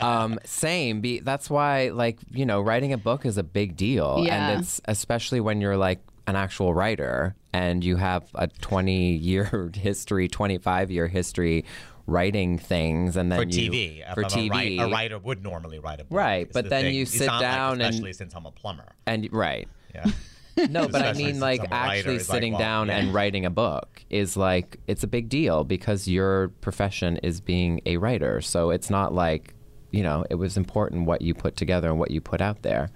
G: um, same. Be, that's why, like, you know, writing a book is a big
H: Oh,
G: deal.
A: Yeah.
G: And it's especially when you're like an actual writer and you have a 20 year history, 25 year history writing things. And then
F: For
G: you-
F: TV, if
G: For
F: I'm
G: TV.
F: A, write- a writer would normally write a book.
G: Right,
F: is
G: but
F: the
G: then
F: thing.
G: you
F: It's
G: sit
F: not like,
G: down and-
F: especially since I'm a plumber.
G: And, right.
F: Yeah.
G: No, but I
F: Especially
G: mean,
F: since
G: like,
F: I'm a writer,
G: actually
F: it's like,
G: sitting
F: well,
G: down
F: yeah.
G: and writing a book is like, it's a big deal because your profession is being a writer. So it's not like, you know, it was important what you put together and what you put out there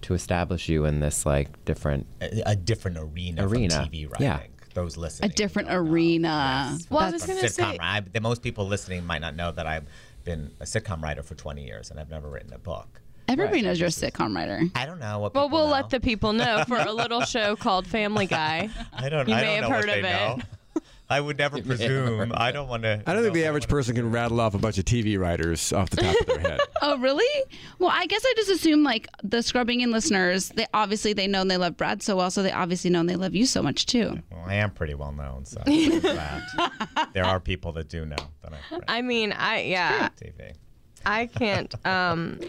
G: to establish you in this, like, different.
F: a, a different arena,
G: Arena,
F: from TV writing.
G: yeah.
F: Those listening.
A: a different
F: don't know.
A: arena?
B: Well, I was
F: from
B: gonna
F: sitcom.
B: say,
F: I, the most people listening might not know that I've been a sitcom writer for 20 years and I've never written a book.
A: Everybody knows you're a sitcom writer.
F: I don't know what.
B: well,
F: people
B: we'll
F: know.
B: let the people know for a little show called Family Guy.
F: I don't.
B: you
F: I
B: may have
F: don't know
B: heard
F: what
B: of
F: they
B: it.
F: know. I would never presume. I don't want to.
D: I don't think the average person can rattle off a bunch of TV writers off the top of their head.
A: Oh, really? Well, I guess I just assume like the scrubbing in listeners, they obviously they know and they love Brad so well, so they obviously know and they love you so much too.
F: Well, I am pretty well known, so there's that. there are people that do know that I'm
B: I mean,
A: Ah.
B: I yeah,
F: TV.
B: I can't um,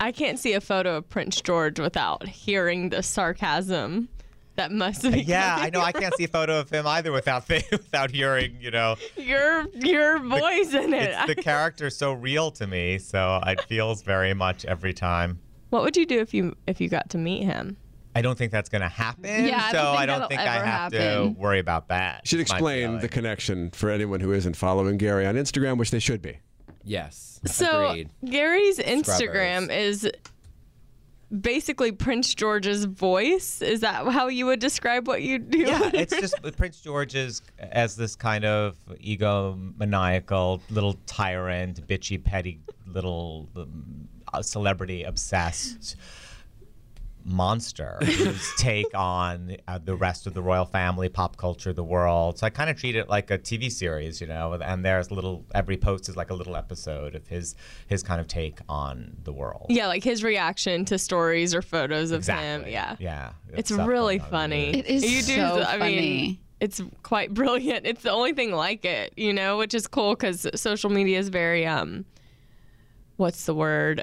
B: I can't see a photo of Prince George without hearing the sarcasm that must be.
F: Yeah, I know. I can't see a photo of him either without without hearing, you know.
B: your your voice in it.
F: It's the
B: I-
F: character so real to me, so it feels very much every time.
B: what would you do if you if you got to meet him?
F: I don't think that's going to happen.
A: Yeah, I don't
F: so
A: think
F: I don't
A: that'll
F: think I
A: ever
F: have to
A: happen.
F: worry about that.
D: Should
F: My
D: explain
F: feeling.
D: the connection for anyone who isn't following Gary on Instagram, which they should be.
G: Yes.
B: So
G: Agreed.
B: Gary's Instagram
G: Scrubbers.
B: is basically Prince George's voice. Is that how you would describe what you do?
F: yeah, it's just Prince George is as this kind of egomaniacal, little tyrant, bitchy, petty, little um, celebrity obsessed monster whose take on uh, the rest of the royal family, pop culture, the world. So I kind of treat it like a TV series, you know. And there's little every post is like a little episode of his his kind of take on the world.
B: Yeah, like his reaction to stories or photos of him.
F: Exactly.
B: Yeah.
F: Yeah.
B: It's
F: stuff
B: really
F: going on in the
B: funny.
A: It is so funny.
B: it's quite brilliant. It's the only thing like it, you know, which is cool because social media is very um, what's the word?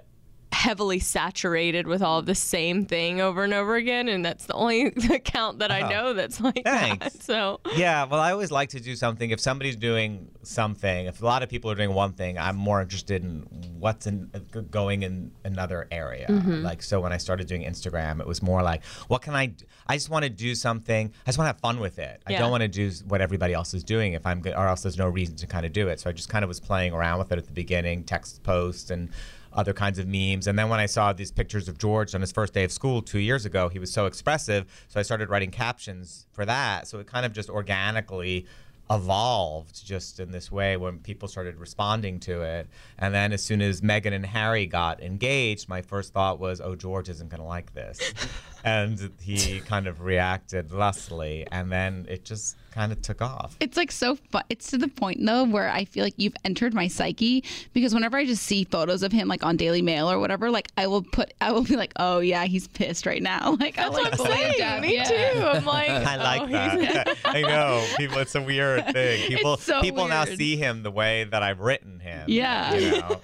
B: Heavily saturated with all of the same thing over and over again, and that's the only account that I know that's like that.
F: Uh-huh. Thanks.
B: So
F: Yeah, well, I always like to do something. If somebody's doing something, if a lot of people are doing one thing, I'm more interested in what's in, uh, g- going in another area. Like, so when I started doing Instagram, it was more like, what can I? d- I just want to do something. I just want to have fun with it. I
B: Yeah.
F: don't want to do s- what everybody else is doing. If I'm, go- or else there's no reason to kind of do it. So I just kind of was playing around with it at the beginning, text posts and other kinds of memes. And then when I saw these pictures of George on his first day of school two years ago, he was so expressive. So I started writing captions for that. So it kind of just organically evolved just in this way when people started responding to it. And then as soon as Meghan and Harry got engaged, my first thought was, oh, George isn't going to like this. and he kind of reacted lustily, and then it just kind of took off.
A: It's like so fun. It's to the point though where I feel like you've entered my psyche because whenever I just see photos of him like on Daily Mail or whatever, like I will put, I will be like, oh yeah, he's pissed right now. Like I'll,
B: That's
A: like,
B: what
A: pull it
B: I'm
A: down.
B: saying. Me
A: Yeah.
B: too. I'm like,
F: I like
B: oh, he's-
F: that. I know people. It's a weird thing. People
A: so
F: people now
A: weird.
F: see him the way that I've written him.
A: Yeah.
F: you know?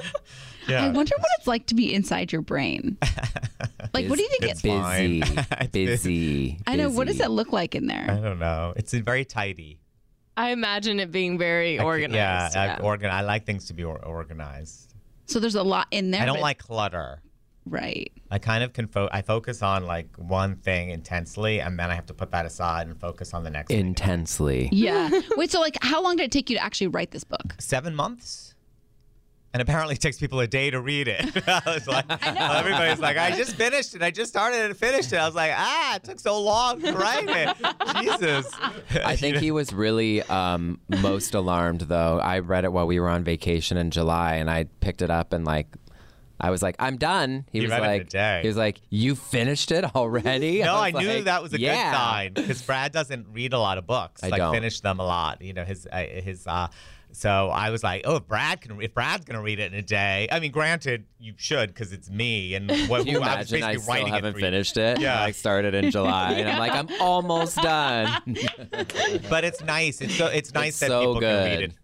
F: yeah.
A: I wonder what it's like to be inside your brain. Like, what do you think
G: It's
A: it?
F: fine.
G: busy,
F: It's
G: busy.
A: I know. What does
G: busy.
A: that look like in
F: I
A: there?
F: don't know. It's very tidy.
B: I imagine it being very
F: I c-
B: organized.
F: Yeah,
B: yeah.
F: I, organ- I like things to be or- organized.
A: So there's a lot in there.
F: I don't
A: but-
F: like clutter.
A: Right.
F: I kind of can fo- I focus on like one thing intensely, and then I have to put that aside and focus on the next. thing.
G: Intensely.
A: Yeah. Wait. So like, how long did it take you to actually write this book?
F: Seven months. And apparently, it takes people a day to read it. I was like, everybody's like, I just finished it. I just started it and finished it. I was like, ah, it took so long to write it. Jesus.
G: I think he was really um, most alarmed, though. I read it while we were on vacation in July, and I picked it up and like, I was like, "I'm done." He
F: You
G: was
F: read it in a
G: like,
F: day.
G: "He was like, you finished it already?"
F: No, I,
G: was
F: knew
G: like,
F: that was a
G: "Yeah."
F: good sign because Brad doesn't read a lot of books.
G: I
F: like
G: don't.
F: finish them a lot. You know his uh, his. Uh, so I was like, oh, if Brad can, if Brad's gonna read it in a day. I mean, granted, you should because it's me and what
G: Can you
F: I
G: imagine
F: was basically
G: I still
F: writing it
G: haven't
F: for you.
G: finished it?
F: Yeah.
G: I started in July, and I'm like, I'm almost done.
F: But it's nice. It's so it's nice that
G: so
F: people can read
G: good.
F: it.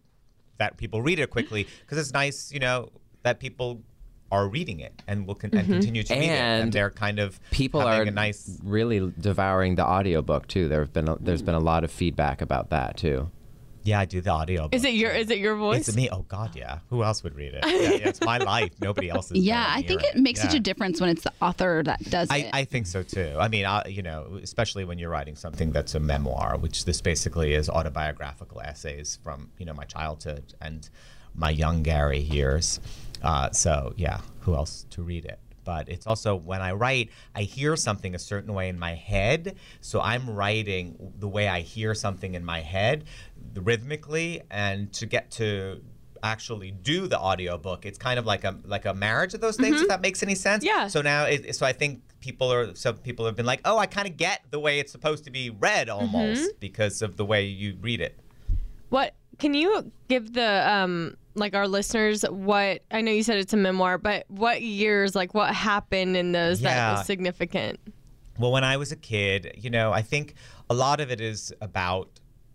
F: That people read it quickly because it's nice, you know, that people are reading it and will con- and continue to read it and
G: Mm-hmm. And
F: they're kind of
G: People
F: having
G: are
F: a nice
G: really devouring the audiobook too. There have been a, there's been a lot of feedback about that too.
F: yeah I do the audio
B: Is it your is it your voice?
F: It's me. Oh God, yeah. Who else would read it? Yeah, yeah, it's my life. Nobody else is.
A: Yeah.
F: gonna
A: I
F: hear
A: think it makes such
F: Yeah.
A: a difference when it's the author that does
F: I,
A: it.
F: I think so too. I mean, I, you know, especially when you're writing something that's a memoir, which this basically is autobiographical essays from you know my childhood and my young Gary years. Uh, so yeah, who else to read it? But it's also when I write, I hear something a certain way in my head. So I'm writing the way I hear something in my head, rhythmically, and to get to actually do the audiobook it's kind of like a like a marriage of those things if that makes any sense
B: Yeah.
F: so now it, so i think people are some people have been like oh i kind of get the way it's supposed to be read almost because of the way you read it
B: What can you give the um like our listeners what I know you said it's a memoir, but what years like what happened in those that
F: Yeah.
B: was significant?
F: Well, when I was a kid, you know, I think a lot of it is about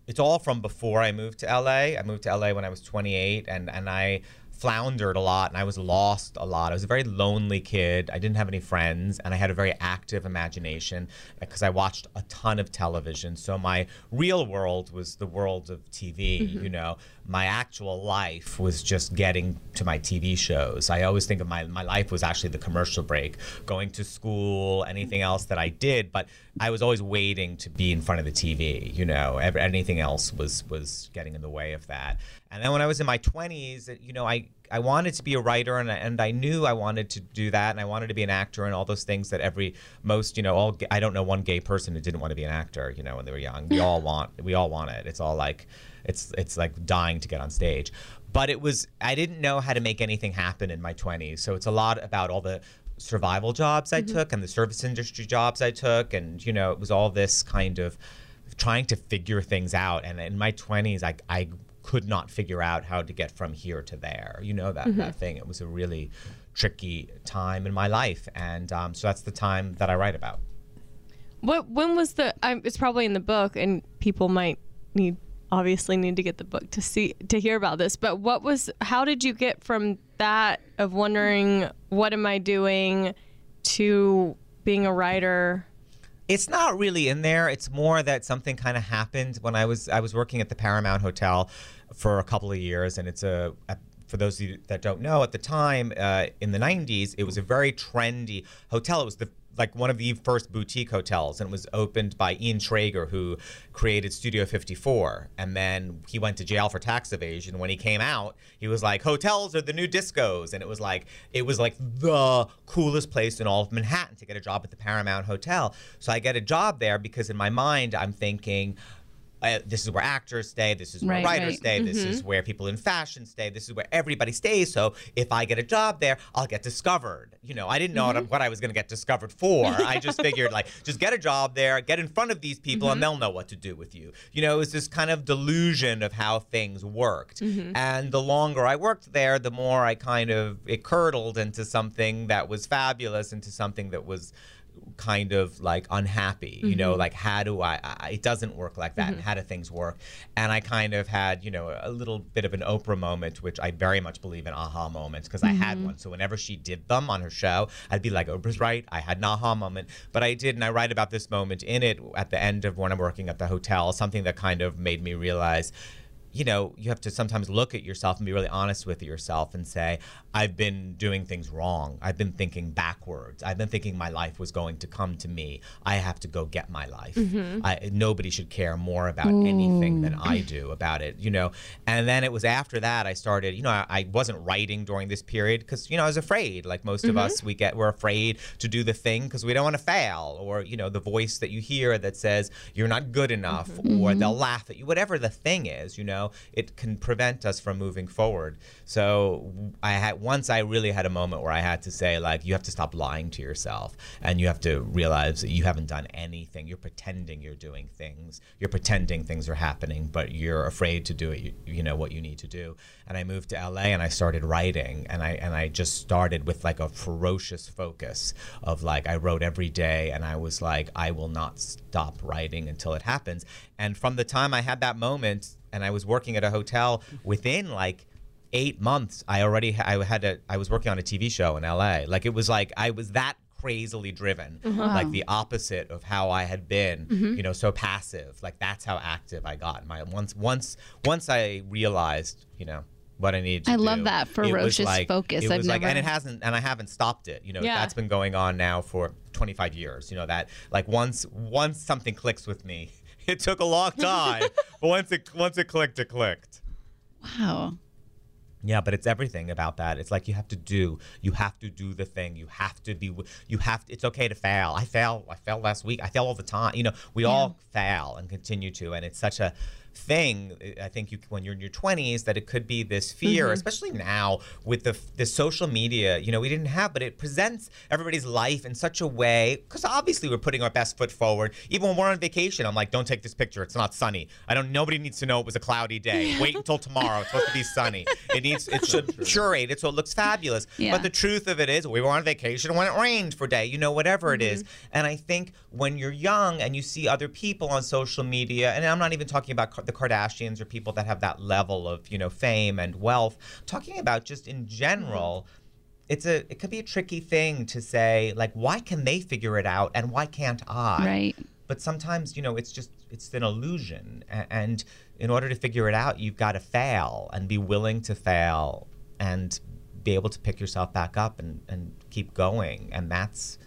F: it's all from before I moved to LA. I moved to LA when I was 28 and and I floundered a lot and I was lost a lot. I was a very lonely kid. I didn't have any friends and I had a very active imagination because I watched a ton of television. So my real world was the world of TV, you know. My actual life was just getting to my TV shows. I always think of my my life was actually the commercial break, going to school, anything else that I did, but I was always waiting to be in front of the TV. You know, Ever anything else was was getting in the way of that. And then when I was in my twenties, you know, I I wanted to be a writer, and I- and I knew I wanted to do that, and I wanted to be an actor, and all those things that every most you know all ga- I don't know one gay person who didn't want to be an actor. You know, when they were young, we all want we all want it. It's all like it's it's like dying to get on stage but it was I didn't know how to make anything happen in my 20s. So it's a lot about all the survival jobs I took and the service industry jobs I took and you know it was all this kind of trying to figure things out and in my 20s I I could not figure out how to get from here to there. You know that that thing. It was a really tricky time in my life and um, so that's the time that I write about.
B: What when was the I, it's probably in the book and people might need obviously need to get the book to see to hear about this, but what was how did you get from that of wondering what am I doing to being a writer?
F: it's not really in there. It's more that something kind of happened when I was I was working at the Paramount Hotel for a couple of years, and it's a, a for those of you that don't know, at the time uh, in the '90s, it was a very trendy hotel. It was the like one of the first boutique hotels, and it was opened by Ian Traeger, who created Studio 54. And then he went to jail for tax evasion. When he came out, he was like, "Hotels are the new discos," and it was like it was like the coolest place in all of Manhattan to get a job at the Paramount Hotel. So I get a job there because in my mind, I'm thinking uh, this is where actors stay, this is where
A: Right,
F: writers
A: right.
F: stay, this is where people in fashion stay, this is where everybody stays. So if I get a job there, I'll get discovered. You know, I didn't know what, what I was going to get discovered for. I just figured like just get a job there, get in front of these people, and they'll know what to do with you. You know, it was this kind of delusion of how things worked. And the longer I worked there, the more I kind of it curdled into something that was fabulous, into something that was kind of like unhappy you know like how do I, I it doesn't work like that and how do things work and i kind of had you know a little bit of an oprah moment which i very much believe in aha moments because i had one so whenever she did them on her show i'd be like oprah's right i had an aha moment but i did and i write about this moment in it at the end of when i'm working at the hotel something that kind of made me realize you know, you have to sometimes look at yourself and be really honest with yourself and say, I've been doing things wrong. I've been thinking backwards. I've been thinking my life was going to come to me. I have to go get my life. I, nobody should care more about anything than I do about it, you know. And then it was after that I started, you know, I, I wasn't writing during this period because, you know, I was afraid. Like most of us, we get, we're afraid to do the thing because we don't want to fail or, you know, the voice that you hear that says you're not good enough or they'll laugh at you, whatever the thing is, you know, it can prevent us from moving forward. So I had once I really had a moment where I had to say like you have to stop lying to yourself and you have to realize that you haven't done anything. You're pretending you're doing things. You're pretending things are happening, but you're afraid to do it. You, you know what you need to do. And I moved to LA and I started writing and I and I just started with like a ferocious focus of like I wrote every day and I was like I will not stop writing until it happens. And from the time I had that moment and I was working at a hotel within like eight months. I already ha- I had a I was working on a TV show in LA. Like it was like I was that crazily driven,
A: Uh-huh.
F: like the opposite of how I had been.
A: Mm-hmm.
F: You know, so passive. Like that's how active I got. My once once once I realized, you know. What I needed to
A: I love
F: do,
A: that
F: it was
A: ferocious
F: like-
A: focus.
F: It
A: I've
F: was like,
A: never-
F: and it hasn't, and I haven't stopped it. You know,
B: Yeah.
F: that's been going on now for 25 years. You know that, like once once something clicks with me, it took a long time, but once it once it clicked, it clicked.
A: Wow.
F: Yeah, but it's everything about that. It's like you have to do. You have to do the thing. You have to be. You have. It's okay to fail. I fail. I failed last week. I fail all the time. You know, we all fail and continue to. And it's such a thing. I think you when you're in your 20s that it could be this fear, especially now with the the social media. You know, we didn't have, but it presents everybody's life in such a way because obviously we're putting our best foot forward. Even when we're on vacation, I'm like, don't take this picture. It's not sunny. I don't. Nobody needs to know it was a cloudy day. Wait until tomorrow. It's supposed to be sunny. It needs. It should curate it so it looks fabulous.
A: Yeah.
F: But the truth of it is, we were on vacation when it rained for a day. You know, whatever it is. And I think when you're young and you see other people on social media, and I'm not even talking about Ka- the Kardashians or people that have that level of you know fame and wealth. talking about just in general it's a it could be a tricky thing to say like why can they figure it out and why can't i
A: Right.
F: but sometimes you know it's just it's an illusion A- and in order to figure it out you've got to fail and be willing to fail and be able to pick yourself back up and and keep going and that's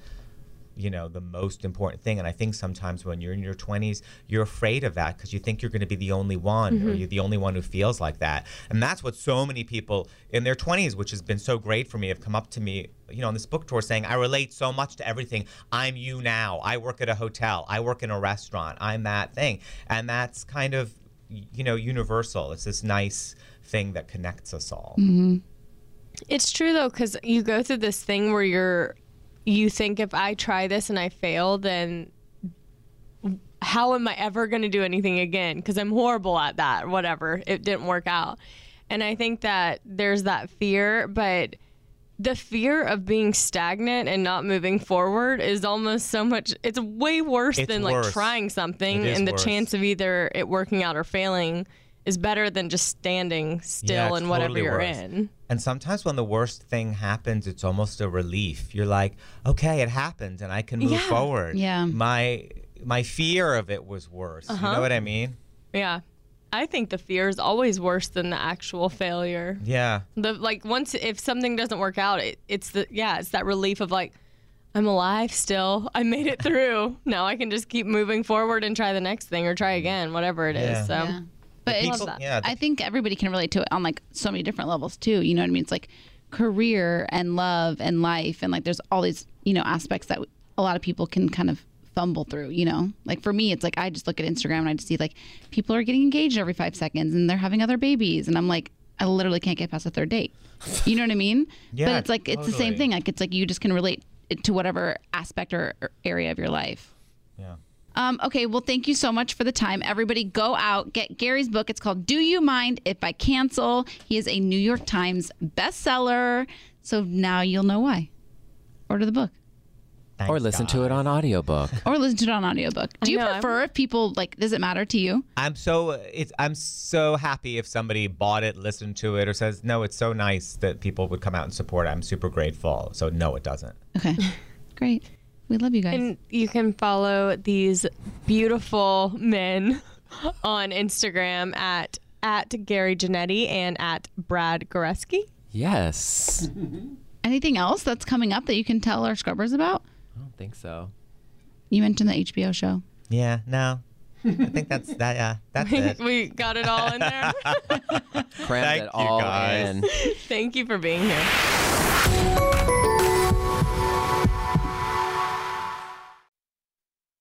F: you know the most important thing and i think sometimes when you're in your 20s you're afraid of that because you think you're going to be the only one or you're the only one who feels like that and that's what so many people in their 20s which has been so great for me have come up to me you know on this book tour saying i relate so much to everything i'm you now i work at a hotel i work in a restaurant i'm that thing and that's kind of you know universal it's this nice thing that connects us all
B: It's true though, because you go through this thing where you're, you think if I try this and I fail, then how am I ever going to do anything again? Because I'm horrible at that. Whatever, it didn't work out, and I think that there's that fear, but the fear of being stagnant and not moving forward is almost so much. It's way worse
F: It's
B: than
F: worse.
B: like trying something,
F: It is
B: and the
F: worse.
B: chance of either it working out or failing is better than just standing still
F: Yeah, it's
B: in whatever
F: totally
B: you're
F: worse.
B: in.
F: And sometimes when the worst thing happens, it's almost a relief. You're like, okay, it happened, and I can move forward.
A: Yeah.
F: My my fear of it was worse. You
B: Uh-huh.
F: know what I mean?
B: Yeah. I think the fear is always worse than the actual failure.
F: Yeah.
B: The like once if something doesn't work out, it, it's the yeah, it's that relief of like I'm alive still. I made it through. now I can just keep moving forward and try the next thing or try again, whatever it is.
F: Yeah.
B: So
A: But it's,
F: people- yeah, the-
A: I think everybody can relate to it on like so many different levels too. You know what I mean? It's like career and love and life and like there's all these you know aspects that a lot of people can kind of fumble through, you know? Like for me, it's like I just look at Instagram and I just see like people are getting engaged every five seconds and they're having other babies. And I'm like, I literally can't get past a third date. You know what I mean?
F: Yeah,
A: but it's like, it's the same
F: totally.
A: thing. Like it's like you just can relate it to whatever aspect or, or area of your life.
F: Yeah.
A: Um, okay, well, thank you so much for the time. Everybody, go out, get Gary's book. It's called Do You Mind If I Cancel? He is a New York Times bestseller. So now you'll know why. Order the book
G: or listen to it on audiobook.
A: or listen to it on audiobook. Do you
B: know, I'm-
A: prefer if people like, does it matter to you?
F: I'm so it's I'm so happy if somebody bought it, listened to it, or says no. It's so nice that people would come out and support. it. I'm super grateful. So no, it doesn't.
A: Okay, great. We love you guys.
B: And you can follow these beautiful men on Instagram at at Gary Janetti and at Brad Goreski.
G: Yes. I
A: Anything else that's coming up that you can tell our scrubbers about?
G: don't think so.
A: You mentioned the HBO show.
F: Yeah, no. I think that's that. Yeah, that's it.
B: We got it all in there.
G: Crammed
F: Thank
G: it
F: you,
G: all
F: guys.
G: in.
B: Thank you for being here.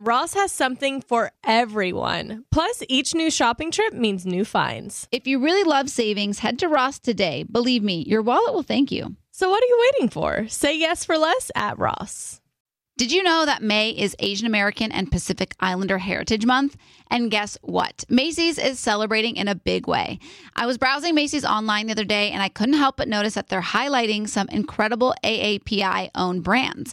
B: Ross has something for everyone. Plus, each new shopping trip means new finds.
A: If you really love savings, head to Ross today. Believe me, your wallet will thank you.
B: So, what are you waiting for? Say yes for less at Ross.
A: Did you know that May is Asian American and Pacific Islander Heritage Month? And guess what? Macy's is celebrating in a big way. I was browsing Macy's online the other day and I couldn't help but notice that they're highlighting some incredible AAPI owned brands.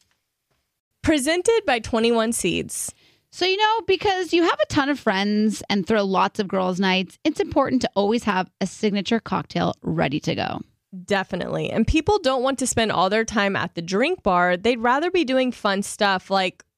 B: Presented by 21 Seeds.
A: So, you know, because you have a ton of friends and throw lots of girls' nights, it's important to always have a signature cocktail ready to go.
B: Definitely. And people don't want to spend all their time at the drink bar. They'd rather be doing fun stuff like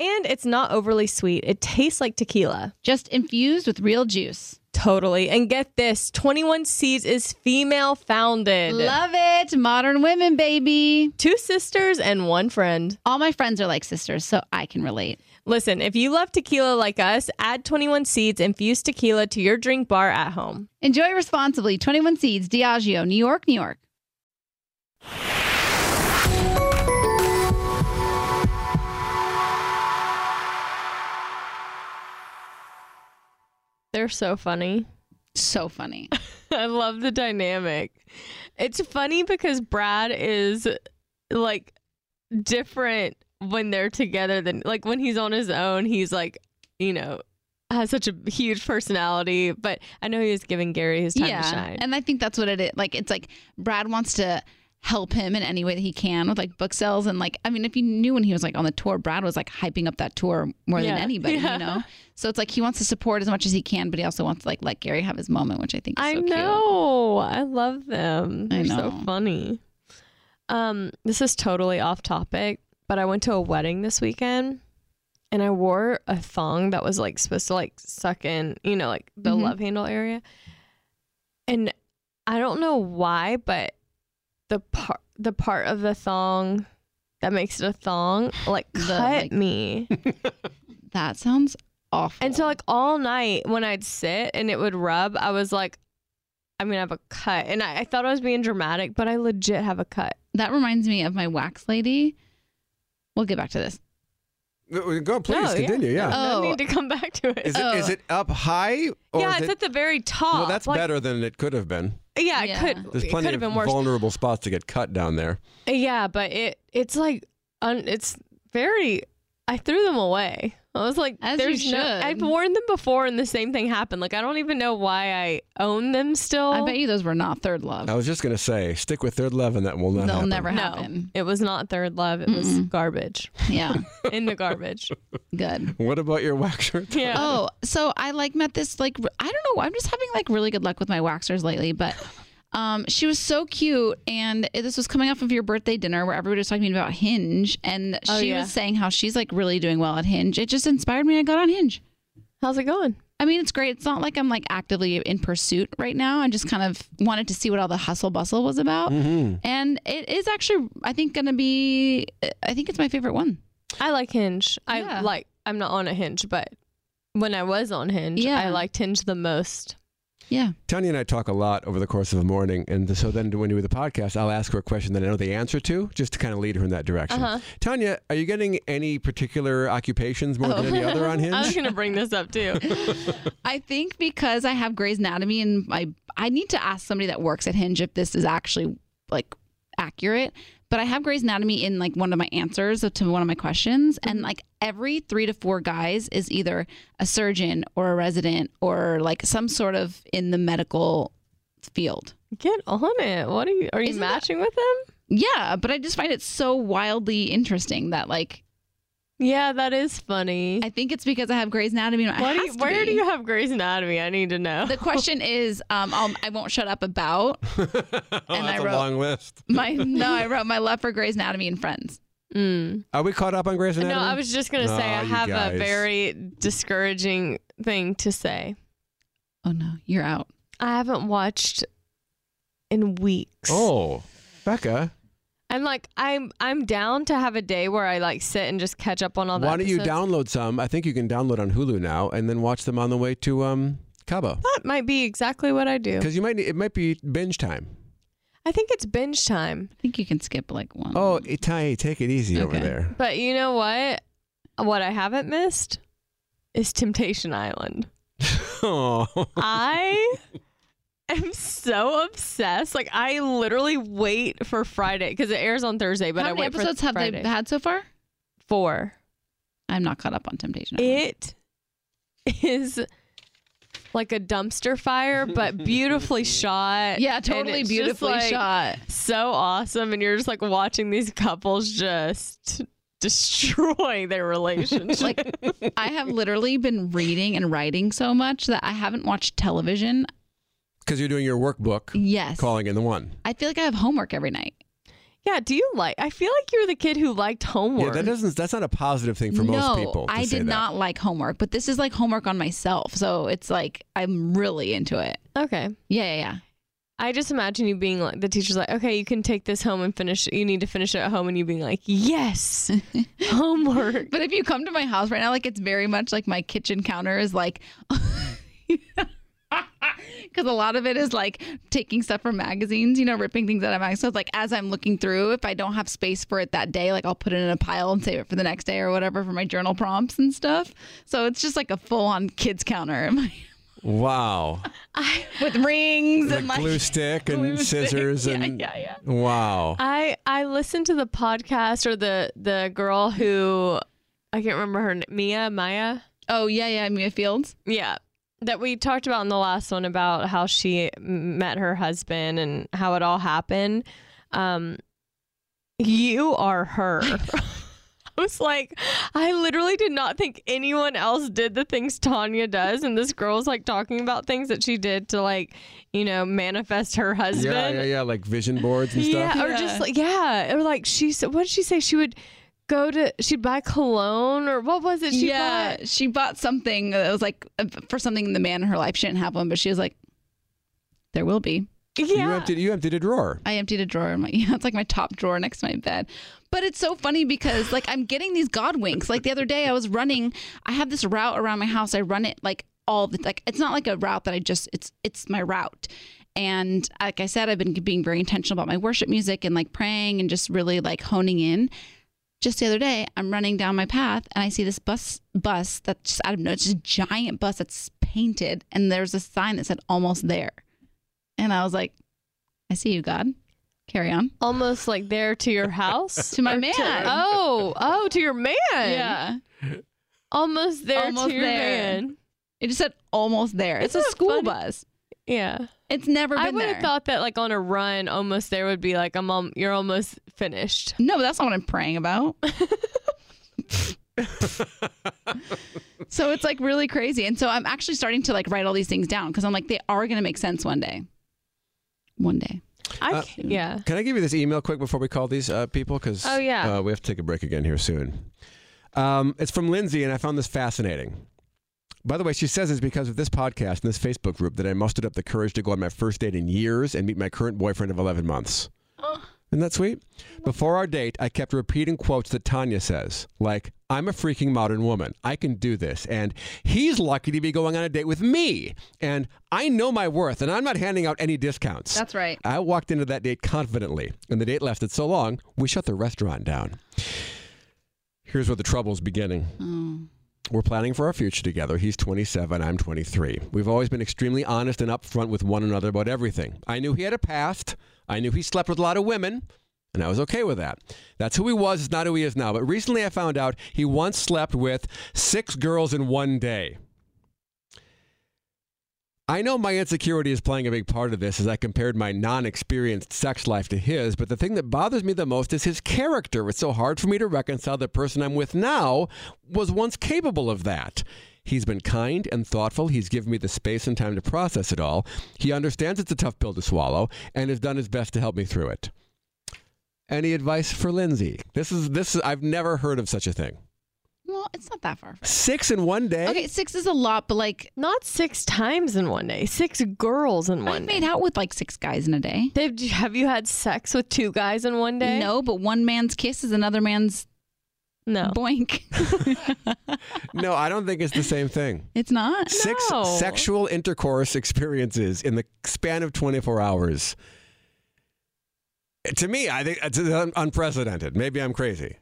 B: And it's not overly sweet. It tastes like tequila.
A: Just infused with real juice.
B: Totally. And get this 21 Seeds is female founded.
A: Love it. Modern women, baby.
B: Two sisters and one friend.
A: All my friends are like sisters, so I can relate.
B: Listen, if you love tequila like us, add 21 Seeds infused tequila to your drink bar at home.
A: Enjoy responsibly. 21 Seeds, Diageo, New York, New York.
B: They're so funny.
A: So funny.
B: I love the dynamic. It's funny because Brad is like different when they're together than like when he's on his own, he's like, you know, has such a huge personality. But I know he was giving Gary his time to shine.
A: And I think that's what it is. Like, it's like Brad wants to help him in any way that he can with like book sales. And like, I mean, if you knew when he was like on the tour, Brad was like hyping up that tour more
B: Yeah.
A: than anybody,
B: Yeah.
A: you know? So it's like he wants to support as much as he can, but he also wants to like let Gary have his moment, which I think is
B: I
A: so cute.
B: know. I love them. They're
A: I
B: so
A: know.
B: funny. Um, this is totally off topic, but I went to a wedding this weekend and I wore a thong that was like supposed to like suck in, you know, like the
A: Mhm.
B: love handle area. And I don't know why, but the part the part of the thong that makes it a thong like
A: The,
B: cut
A: like-
B: me.
A: That sounds awful.
B: And so, like, all night when I'd sit and it would rub, I was like, I'm going to have a cut. And I, I thought I was being dramatic, but I legit have a cut.
A: that reminds me of my wax lady. We'll get back to this.
D: Go, please
B: No, yeah.
D: continue. Yeah.
B: No
A: Oh.
B: need to come back to it.
D: Is it is it up high? Or
B: yeah,
D: is
B: it's
D: it,
B: at the very top.
D: well, that's
B: Like,
D: better than it could have been.
B: Yeah,
A: Yeah.
B: it could.
D: There's
B: It could
D: plenty of
B: have been worse.
D: vulnerable spots to get cut down there.
B: Yeah, but it it's like un, it's very. I threw them away. I was like,
A: As you
B: there's no.
A: should.
B: I've worn them before, and the same thing happened. Like, I don't even know why I own them still.
A: I bet you those were not third love.
D: I was just gonna say, stick with third love, and that will not.
A: They'll
D: happen.
A: never
B: no,
A: happen.
B: it was not third love. It was garbage
A: Yeah.
B: in the garbage.
A: Good.
D: What about your wax shirt?
B: Yeah.
A: Oh, so I like met this like r- I don't know. I'm just having like really good luck with my waxers lately, but um, she was so cute, and it- this was coming off of your birthday dinner where everybody was talking about Hinge, and
B: Oh,
A: she
B: yeah.
A: was saying how she's like really doing well at Hinge. It just inspired me. I got on Hinge.
B: How's it going?
A: I mean, it's great. It's not like I'm like actively in pursuit right now. I just kind of wanted to see what all the hustle bustle was about, and it is actually I think gonna be I think it's my favorite one.
B: I like Hinge. I
A: Yeah.
B: like. I'm not on a Hinge, but when I was on Hinge,
A: Yeah.
B: I liked Hinge the most.
A: Yeah.
D: Tanya and I talk a lot over the course of a morning, and so then when we do the podcast, I'll ask her a question that I know the answer to, just to kind of lead her in that direction.
B: Uh-huh.
D: Tanya, are you getting any particular occupations more
A: Oh.
D: than any other on Hinge?
B: I was gonna bring this up too.
A: I think because I have Grey's Anatomy and my I need to ask somebody that works at Hinge if this is actually like accurate. But I have Grey's Anatomy in like one of my answers to one of my questions, and like every three to four guys is either a surgeon or a resident or like some sort of in the medical field.
B: Get on it. What are you? Are you
A: Isn't that-
B: matching with them?
A: Yeah, but I just find it so wildly interesting that like
B: Yeah, that is funny.
A: I think it's because I have Grey's Anatomy. and it
B: What do
A: has
B: you,
A: to
B: where do
A: be.
B: you have Grey's Anatomy? I need to know.
A: The question is, um, I'll, I won't shut up about
D: oh,
A: and
D: that's
A: I
D: a
A: wrote-
D: long list.
A: my no. I wrote my love for Grey's Anatomy and Friends.
B: Mm.
D: Are we caught up on Grey's Anatomy?
B: No, I was just gonna say
D: Aw,
B: I
D: you
B: have a
D: guys.
B: very discouraging thing to say.
A: Oh no, you're out.
B: I haven't watched in weeks.
D: Oh, Becca,
B: I'm like I'm I'm down to have a day where I like sit and just catch up on all
D: why
B: the.
D: don't you
B: episodes.
D: download some? I think you can download on Hulu now, and then watch them on the way to um, Cabo.
B: That might be exactly what I do.
D: Because you might need, it might be binge time.
B: I think it's binge time.
A: I think you can skip like
B: Mm.
A: one.
D: Oh, Tanya, take it easy over
A: Okay.
D: there.
B: But you know what? What I haven't missed is Temptation Island.
D: Oh.
B: I am so obsessed. Like I literally wait for Friday because it airs on Thursday. But
A: how
B: I
A: many
B: wait for
A: episodes have
B: Friday.
A: they had so far?
B: Four.
A: I'm not caught up on Temptation. Island.
B: It is like a dumpster fire, but beautifully shot.
A: Yeah,
B: And
A: totally
B: it's just,
A: beautifully
B: like,
A: shot.
B: So awesome. And you're just like watching these couples just destroy their relationship.
A: Like I have literally been reading and writing so much that I haven't watched television.
D: Because you're doing your workbook,
A: Yes.
D: calling in the one.
A: I feel like I have homework every night.
B: yeah, do you like I feel like you're the kid who liked
D: Yeah,
B: homework.
D: that doesn't. That's not a positive thing for
A: no,
D: most people. to
A: I
D: say
A: did
D: that.
A: not like homework, but this is like homework on myself. So it's like I'm really into it.
B: okay.
A: Yeah, yeah, yeah.
B: I just imagine you being like the teacher's like, okay, you can take this home and finish. You need to finish it at home, and you being like, yes, homework.
A: But if you come to my house right now, like it's very much like my kitchen counter is like, because a lot of it is like taking stuff from magazines, you know, ripping things out of magazines. So it's like as I'm looking through, if I don't have space for it that day, like I'll put it in a pile and save it for the next day or whatever for my journal prompts and stuff. So it's just like a full on kids counter in my-
D: Wow.
A: with rings and
D: like
A: like.
D: glue stick and scissors and
A: yeah, yeah.
D: wow.
B: I I listened to the podcast or the the girl who I can't remember her name, Mia Maya.
A: Oh yeah, yeah, Mia Fields.
B: Yeah. That we talked about in the last one about how she m- met her husband and how it all happened. Um, you are her. I was like, I literally did not think anyone else did the things Tanya does. And this girl's like talking about things that she did to like, you know, manifest her husband.
D: Yeah, yeah, yeah. Like vision boards and stuff.
B: Yeah, or just like yeah, or like she said, what did she say? She would go to, she'd buy cologne or what was it? She
A: yeah,
B: bought?
A: she bought something that was like uh, for something the man in her life shouldn't have one, but she was like, "There will be."
D: You
B: yeah,
D: emptied you emptied a drawer.
A: I emptied a drawer. in my yeah, it's like my top drawer next to my bed. But it's so funny because like I'm getting these God winks. Like the other day I was running. I have this route around my house. I run it like all the like. It's not like a route that I just. It's it's my route. And like I said, I've been being very intentional about my worship music and like praying and just really like honing in. Just the other day, I'm running down my path and I see this bus bus that's just, I don't know, it's just a giant bus that's painted and there's a sign that said almost there. And I was like, I see you, God. Carry on.
B: almost like there to your house.
A: To my man.
B: Oh, oh, to your man.
A: yeah.
B: Almost there
A: Almost
B: to your
A: there.
B: man.
A: It just said almost there. It's
B: Isn't
A: a
B: that
A: school
B: funny?
A: bus.
B: Yeah.
A: It's never been
B: I would
A: there.
B: have thought that like on a run, almost there would be like I'm al- you're almost finished.
A: no, but that's not what I'm praying about. so it's like really crazy. And so I'm actually starting to like write all these things down because I'm like, they are going to make sense one day. One day.
B: I
D: Uh,
B: can't, yeah.
D: Can I give you this email quick before we call these uh, people? Because
B: Oh, yeah.
D: uh, we have to take a break again here soon. Um, it's from Lindsay, and I found this fascinating. By the way, she says it's because of this podcast and this Facebook group that I mustered up the courage to go on my first date in years and meet my current boyfriend of 11 months. Isn't that sweet? Before our date, I kept repeating quotes that Tanya says, like, I'm a freaking modern woman. I can do this. And he's lucky to be going on a date with me. And I know my worth, and I'm not handing out any discounts.
A: That's right.
D: I walked into that date confidently, and the date lasted so long, we shut the restaurant down. Here's where the trouble's beginning. We're planning for our future together. He's 27, I'm 23. We've always been extremely honest and upfront with one another about everything. I knew he had a past, I knew he slept with a lot of women. And I was okay with that. That's who he was, it's not who he is now. But recently I found out he once slept with six girls in one day. I know my insecurity is playing a big part of this as I compared my non experienced sex life to his, but the thing that bothers me the most is his character. It's so hard for me to reconcile the person I'm with now was once capable of that. He's been kind and thoughtful. He's given me the space and time to process it all. He understands it's a tough pill to swallow and has done his best to help me through it. Any advice for Lindsay? This is this is I've never heard of such a thing.
A: Well, it's not that far.
D: Six in one day?
A: Okay, six is a lot, but like
B: Not six times in one day. Six girls in one
A: I've
B: day.
A: made out with like six guys in a day.
B: Did you- have you had sex with two guys in one day?
A: No, but one man's kiss is another man's
B: No.
A: boink.
D: No, I don't think it's the same thing.
A: it's not.
D: Six
B: No.
D: sexual intercourse experiences in the span of 24 hours. To me, I think it's un- unprecedented. Maybe I'm crazy.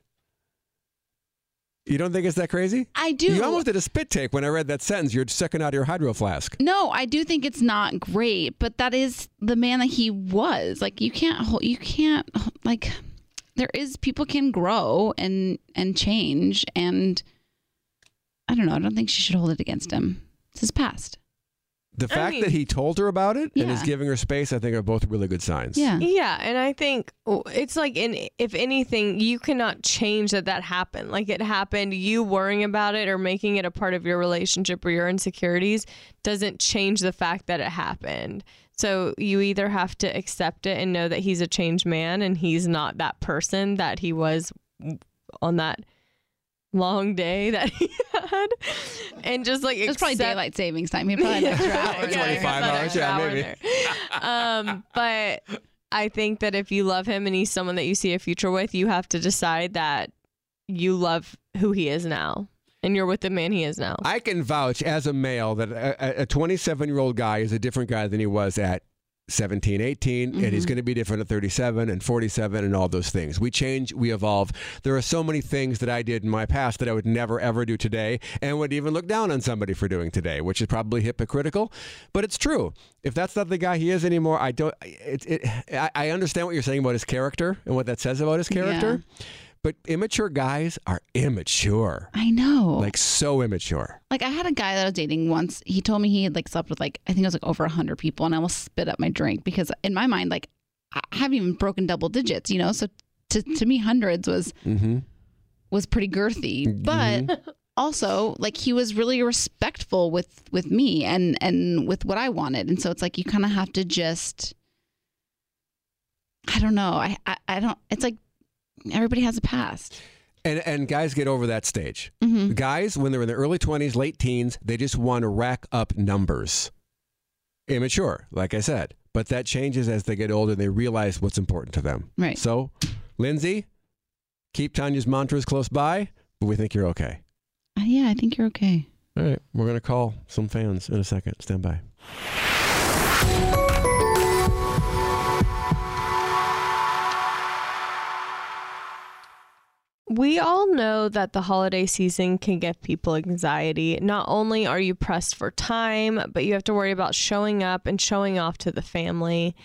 D: You don't think it's that crazy?
A: I do.
D: You almost did a spit take when I read that sentence. You're sucking out of your hydro flask.
A: No, I do think it's not great, but that is the man that he was. Like you can't hold, you can't like there is people can grow and and change and I don't know, I don't think she should hold it against him. It's his past.
D: the
B: I
D: fact that
B: mean-
D: he told her about it and is
A: Yeah.
D: giving her space, I think, are both really good signs.
A: Yeah.
B: Yeah, and I think oh, it's like in if anything, you cannot change that that happened. Like it happened, you worrying about it or making it a part of your relationship or your insecurities doesn't change the fact that it happened. So you either have to accept it and know that he's a changed man and he's not that person that he was on that long day that he had, and just like
A: It was probably
B: accept
A: daylight savings time. He probably had an extra hour.
B: Yeah,
D: 25
B: there's another
D: hours, yeah,
B: hour in
D: maybe.
B: there. Um, but I think that if you love him and he's someone that you see a future with, you have to decide that you love who he is now, and you're with the man he is now.
D: I can vouch as a male that a a- a 27 year old guy is a different guy than he was at 17, 18, and he's going to be different at 37 and 47 and all those things. We change, we evolve. There are so many things that I did in my past that I would never, ever do today and would even look down on somebody for doing today, which is probably hypocritical, but it's true. If that's not the guy he is anymore, I don't, it, it, I, I understand what you're saying about his character and what that says about his character, but immature guys are immature,
A: I know.
D: like so immature.
A: Like I had a guy that I was dating once. He told me he had like slept with like I think it was like over hundred people, and I almost spit up my drink because in my mind like I haven't even broken double digits, you know. So to to me, hundreds was
D: Mm-hmm.
A: was pretty girthy, but also like he was really respectful with with me and and with what I wanted, and so it's like you kind of have to just I don't know. I, I I don't. It's like everybody has a past.
D: And and guys get over that stage.
A: Mhm.
D: Guys, when they're in their early twenties, late teens, they just want to rack up numbers. Immature, like I said. But that changes as they get older and they realize what's important to them.
A: Right.
D: So, Lindsay, keep Tanya's mantras close by, but we think you're okay.
A: Uh, yeah, I think you're okay.
D: All right. We're gonna call some fans in a second. Stand by.
B: We all know that the holiday season can give people anxiety. Not only are you pressed for time, but you have to worry about showing up and showing off to the family.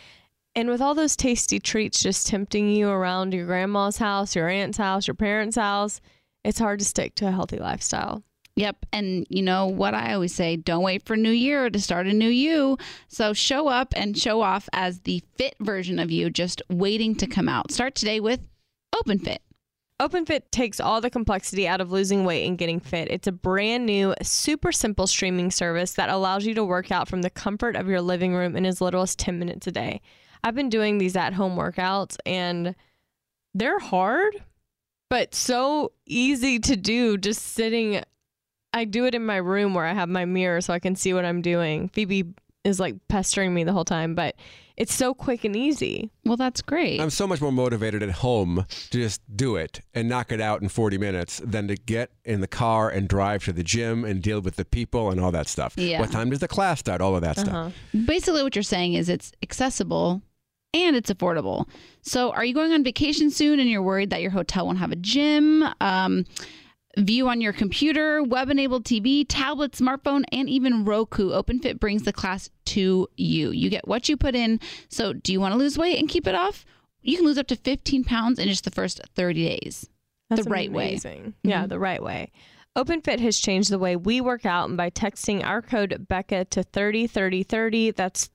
B: And with all those tasty treats just tempting you around your grandma's house, your aunt's house, your parents' house, it's hard to stick to a healthy lifestyle.
A: Yep. And you know what I always say don't wait for New Year to start a new you. So show up and show off as the fit version of you, just waiting to come out. Start today with Open Fit.
B: OpenFit takes all the complexity out of losing weight and getting fit. It's a brand new, super simple streaming service that allows you to work out from the comfort of your living room in as little as 10 minutes a day. I've been doing these at home workouts and they're hard, but so easy to do just sitting. I do it in my room where I have my mirror so I can see what I'm doing. Phoebe is like pestering me the whole time, but it's so quick and easy.
A: Well, that's great.
D: I'm so much more motivated at home to just do it and knock it out in 40 minutes than to get in the car and drive to the gym and deal with the people and all that stuff.
A: Yeah.
D: What time does the class start? All of that
B: Uh-huh.
D: stuff.
A: Basically, what you're saying is it's accessible and it's affordable. So, are you going on vacation soon and you're worried that your hotel won't have a gym? Um, View on your computer, web enabled TV, tablet, smartphone, and even Roku. OpenFit brings the class to you. You get what you put in. So, do you want to lose weight and keep it off? You can lose up to 15 pounds in just the first 30 days. the right way.
B: way. Yeah, the right way. OpenFit has changed the way we work out, and by texting our code Becca to 303030, that's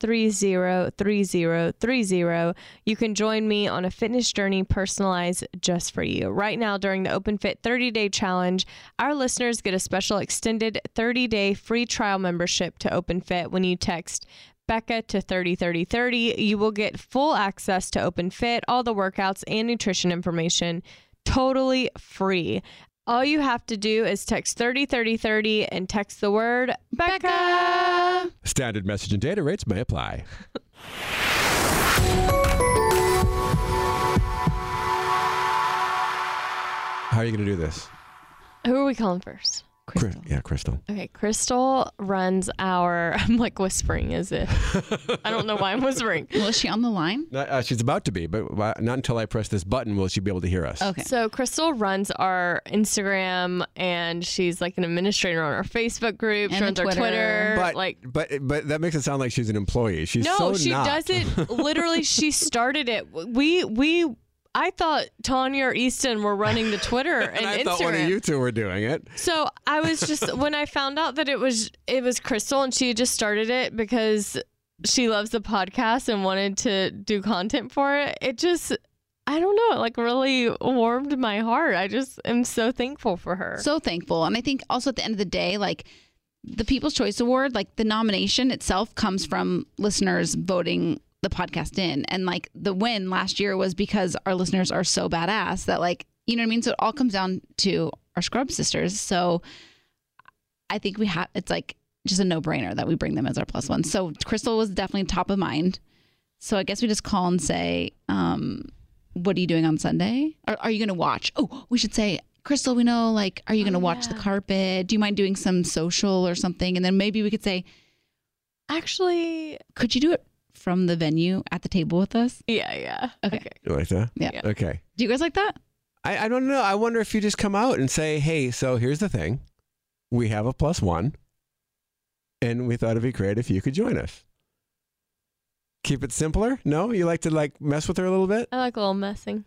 B: 303030, you can join me on a fitness journey personalized just for you. Right now, during the OpenFit 30 day challenge, our listeners get a special extended 30 day free trial membership to OpenFit when you text Becca to 303030. You will get full access to OpenFit, all the workouts and nutrition information totally free. All you have to do is text 303030 and text the word Becca.
D: Standard message and data rates may apply. How are you going to do this?
B: Who are we calling first?
D: Cri- Yeah, Crystal.
B: Okay, Crystal runs our. I'm like whispering as if. I don't know why I'm whispering.
A: Well, is she on the line?
D: Not, uh, she's about to be, but uh, not until I press this button will she be able to hear us.
A: Okay.
B: So Crystal runs our Instagram and she's like an administrator on our Facebook group. She
A: And
B: runs
A: the
B: our
A: Twitter.
B: Twitter.
D: But,
B: like
D: but but that makes it sound like she's an employee. She's
B: no,
D: so
B: she
D: not.
B: doesn't. Literally, she started it. We we I thought Tanya or Easton were running the Twitter and,
D: I
B: Instagram.
D: thought one of you two were doing it.
B: So I was just when I found out that it was it was Crystal and she just started it because she loves the podcast and wanted to do content for it. It just I don't know, it like really warmed my heart. I just am so thankful for her.
A: so thankful. And I think also at the end of the day, like the People's Choice Award, like the nomination itself comes from listeners voting the podcast in. And like the win last year was because our listeners are so badass that like, you know what I mean? So it all comes down to our scrub sisters. So I think we have, it's like just a no brainer that we bring them as our plus one. So Crystal was definitely top of mind. So I guess we just call and say, um, what are you doing on Sunday? Are, are you going to watch? Oh, we should say, Crystal, we know, like, are you going to watch the carpet? Do you mind doing some social or something? And then maybe we could say,
B: Actually,
A: could you do it from the venue at the table with us?
B: yeah, yeah.
A: Okay.
D: You like that?
A: Yeah.
D: Okay.
A: Do you guys like that?
D: I, I don't know. I wonder if you just come out and say, hey, so here's the thing. We have a plus one, and we thought it'd be great if you could join us. Keep it simpler? No? You like to like mess with her a little bit?
B: I like a little messing.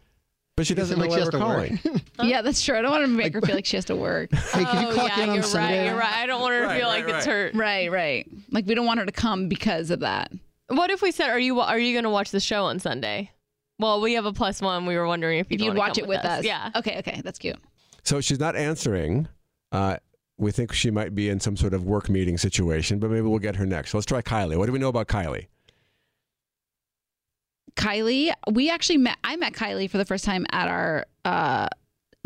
D: But she
E: It
D: doesn't know
E: like
D: why
E: she has
D: we're
E: to work.
D: calling.
A: Yeah, that's true. I don't want to make her feel like she has to work.
E: Hey, can you
B: oh,
E: clock
B: yeah,
E: in on
B: you're
E: Sunday?
B: right, you're right. I don't want her to
D: Right,
B: feel
D: right,
B: like it's
D: right.
B: her
A: right, right. Like, we don't want her to come because of that.
B: What if we said, "Are you are you going to watch the show on Sunday?" Well, we have a plus one. We were wondering if,
A: If
B: you'd
A: you'd
B: wanna
A: watch
B: come
A: it with us.
B: Yeah.
A: Okay, okay. That's cute.
D: So she's not answering. Uh, we think she might be in some sort of work meeting situation, but maybe we'll get her next. Let's try Kylie. What do we know about Kylie?
A: Kylie, we actually met. I met Kylie for the first time at our uh,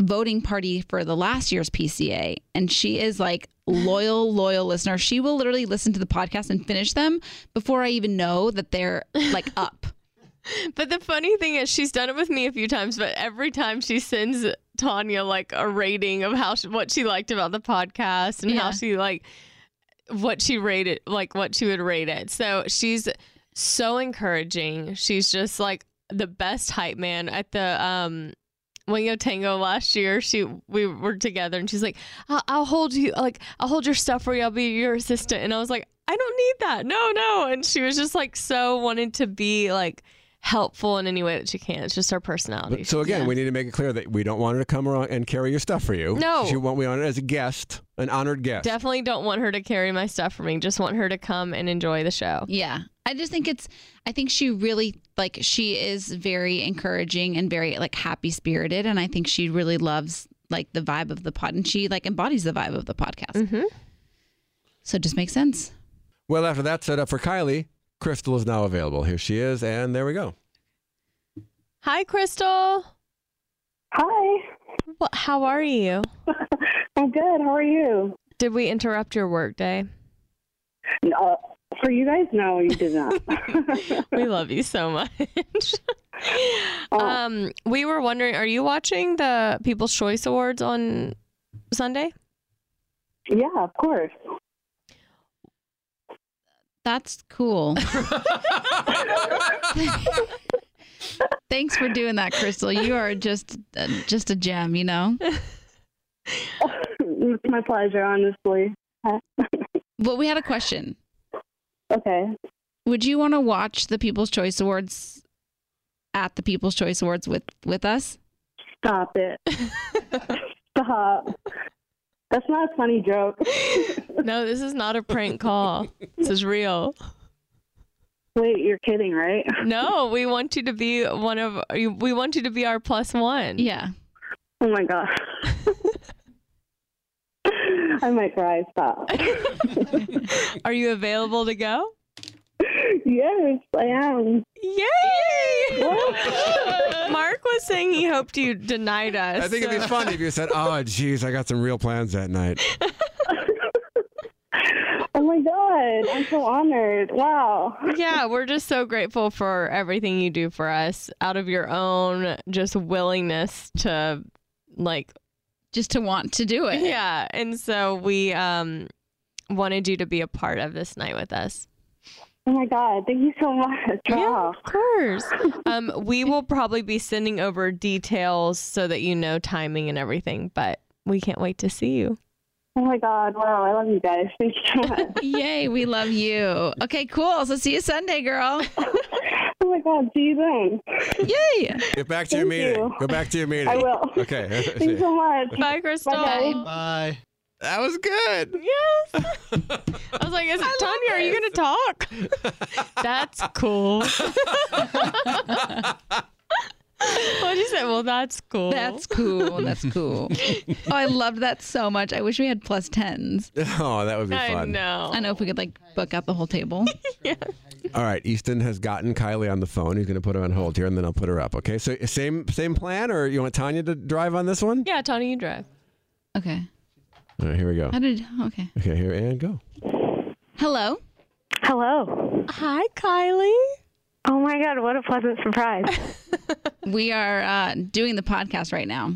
A: voting party for the last year's PCA, and she is like loyal, loyal listener. She will literally listen to the podcast and finish them before I even know that they're like up.
B: But the funny thing is, she's done it with me a few times. But every time she sends Tanya like a rating of how she, what she liked about the podcast and
A: Yeah.
B: how she like what she rated, like what she would rate it. So she's so encouraging. She's just like the best hype man at the um Wingo Tango last year. She we were together, and she's like, I'll, "I'll hold you, like I'll hold your stuff for you. I'll be your assistant." And I was like, "I don't need that. No, no." And she was just like so wanted to be like helpful in any way that she can. It's just her personality.
D: But, so again, we need to make it clear that we don't want her to come around and carry your stuff for you.
B: No.
D: she want we want her as a guest, an honored guest.
B: Definitely don't want her to carry my stuff for me. Just want her to come and enjoy the show.
A: Yeah, I just think it's. I think she really like she is very encouraging and very like happy spirited, and I think she really loves like the vibe of the pod, and she like embodies the vibe of the podcast. So it just makes sense.
D: Well, after that set up for Kylie, Crystal is now available. Here she is, and there we go.
B: Hi, Crystal.
I: Hi,
B: Well, how are you?
I: I'm good. How are you?
B: Did we interrupt your workday?
I: Uh, for you guys, no, you did not.
B: we love you so much. um, we were wondering, are you watching the People's Choice Awards on Sunday?
I: yeah, of course.
A: That's cool. Thanks for doing that, Crystal. You are just uh, just a gem, you know.
I: it's my pleasure, honestly.
A: Well, we had a question.
I: Okay.
A: Would you want to watch the People's Choice Awards at the People's Choice Awards with with us?
I: Stop it. Stop. That's not a funny joke.
B: No, this is not a prank call. this is real.
I: Wait, you're kidding, right?
B: No, we want you to be one of we want you to be our plus one.
A: Yeah.
I: Oh my god. I might cry. Stop.
B: Are you available to go?
I: yes, I am.
B: Yay! Mark was saying he hoped you denied us.
D: I think it'd be
B: so-
D: fun if you said, "Oh, geez, I got some real plans that night."
I: Oh my god. I'm so honored. Wow.
B: Yeah, we're just so grateful for everything you do for us out of your own just willingness to like
A: Just to want to do it.
B: yeah, and so we um wanted you to be a part of this night with us.
I: Oh my god. Thank you so much.
B: Yeah,
I: Wow.
B: of course. um we will probably be sending over details so that you know timing and everything, but we can't wait to see you.
I: Oh my God. Wow. I love you guys. Thank you so much.
A: Yay, we love you. Okay, cool. So see you Sunday, girl.
I: oh my God. See you then.
A: Yay.
D: Get back to your
I: Thank
D: meeting.
I: you.
D: Go back to your meeting.
I: I will.
D: Okay.
I: Thanks so much.
B: Bye, Crystal.
I: Bye.
E: Bye.
D: That was good.
B: Yes. I was like, is it Tanya? Are you going to talk? that's cool. what you say? Well, that's cool.
A: That's cool. That's cool. oh, I loved that so much. I wish we had plus tens.
D: Oh, that would be
B: I
D: fun.
B: know.
A: I know if we could like book out the whole table.
D: All right, Easton has gotten Kylie on the phone. He's going to put her on hold here, and then I'll put her up. Okay, so same same plan, or you want Tanya to drive on this one?
B: Yeah, Tanya, you drive.
A: Okay.
D: All right, here we go.
A: How did okay.
D: Okay, here and go.
A: Hello.
I: Hello.
B: Hi, Kylie.
I: Oh my God. What a pleasant surprise.
A: We are uh, doing the podcast right now.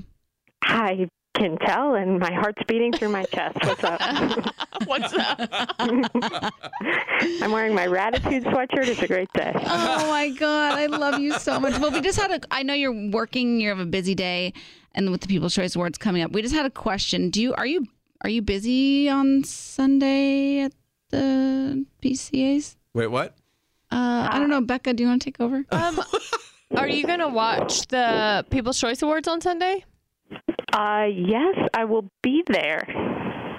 I: I can tell, and my heart's beating through my chest. What's up?
B: What's up?
I: I'm wearing my Ratitude sweatshirt. It's a great day.
A: Oh my god, I love you so much. Well, we just had a. I know you're working. You have a busy day, and with the People's Choice Awards coming up, we just had a question. Do you are you are you busy on Sunday at the PCAs?
D: Wait, what?
A: Uh, I don't know, Becca. Do you want to take over?
B: Um, are you going to watch the People's Choice Awards on Sunday?
I: Uh, yes, I will be there.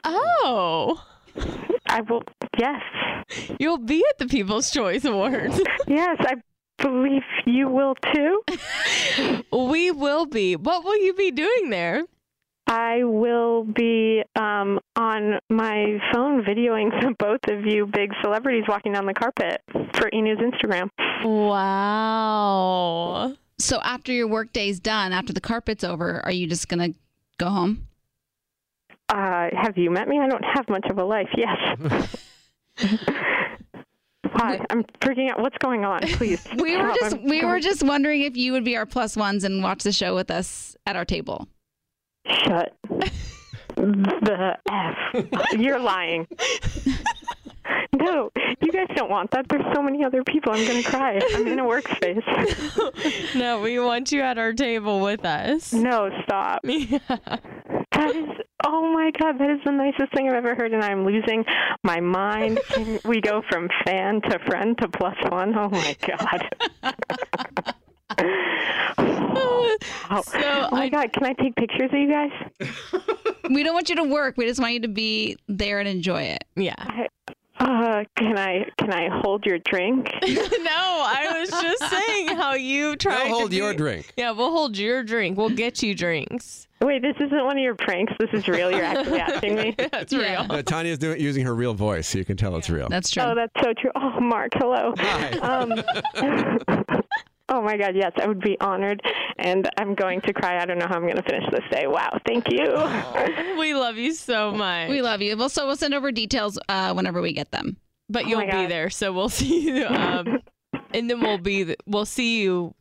B: Oh,
I: I will. Yes,
B: you'll be at the People's Choice Awards.
I: yes, I believe you will too.
B: we will be. What will you be doing there?
I: I will be um, on my phone videoing the both of you big celebrities walking down the carpet for E News Instagram.
B: Wow.
A: So after your work day's done, after the carpet's over, are you just gonna go home?
I: Uh, have you met me? I don't have much of a life. Yes. Why? I'm freaking out. What's going on? Please.
A: We were
I: stop.
A: just
I: I'm
A: we were
I: going-
A: just wondering if you would be our plus ones and watch the show with us at our table.
I: Shut the F. You're lying. No, you guys don't want that. There's so many other people. I'm going to cry. I'm in a workspace.
B: No, we want you at our table with us.
I: No, stop. That is, oh my God, that is the nicest thing I've ever heard, and I'm losing my mind. Can we go from fan to friend to plus one? Oh my God. Oh,
B: So
I: oh my
B: I-
I: God, can I take pictures of you guys?
A: We don't want you to work. We just want you to be there and enjoy it.
B: Yeah.
I: Uh, can I can I hold your drink?
B: no, I was just saying how you tried
D: I'll hold
B: to
D: your
B: be-
D: drink.
B: Yeah, we'll hold your drink. We'll get you drinks.
I: Wait, this isn't one of your pranks. This is real. You're actually asking me.
B: That's real.
D: No, Tanya's doing using her real voice, so you can tell it's real.
A: That's true.
I: Oh, that's so true. Oh, Mark, hello. Um, oh my God, yes, I would be honored, and I'm going to cry. I don't know how I'm going to finish this day. Wow, thank you.
B: Oh. We love you so much.
A: we love you. Well, so we'll send over details uh, whenever we get them.
B: but
I: Oh
B: you'll
I: my
B: be
I: God.
B: there, so we'll see you. Um, and then we'll be th- we'll see you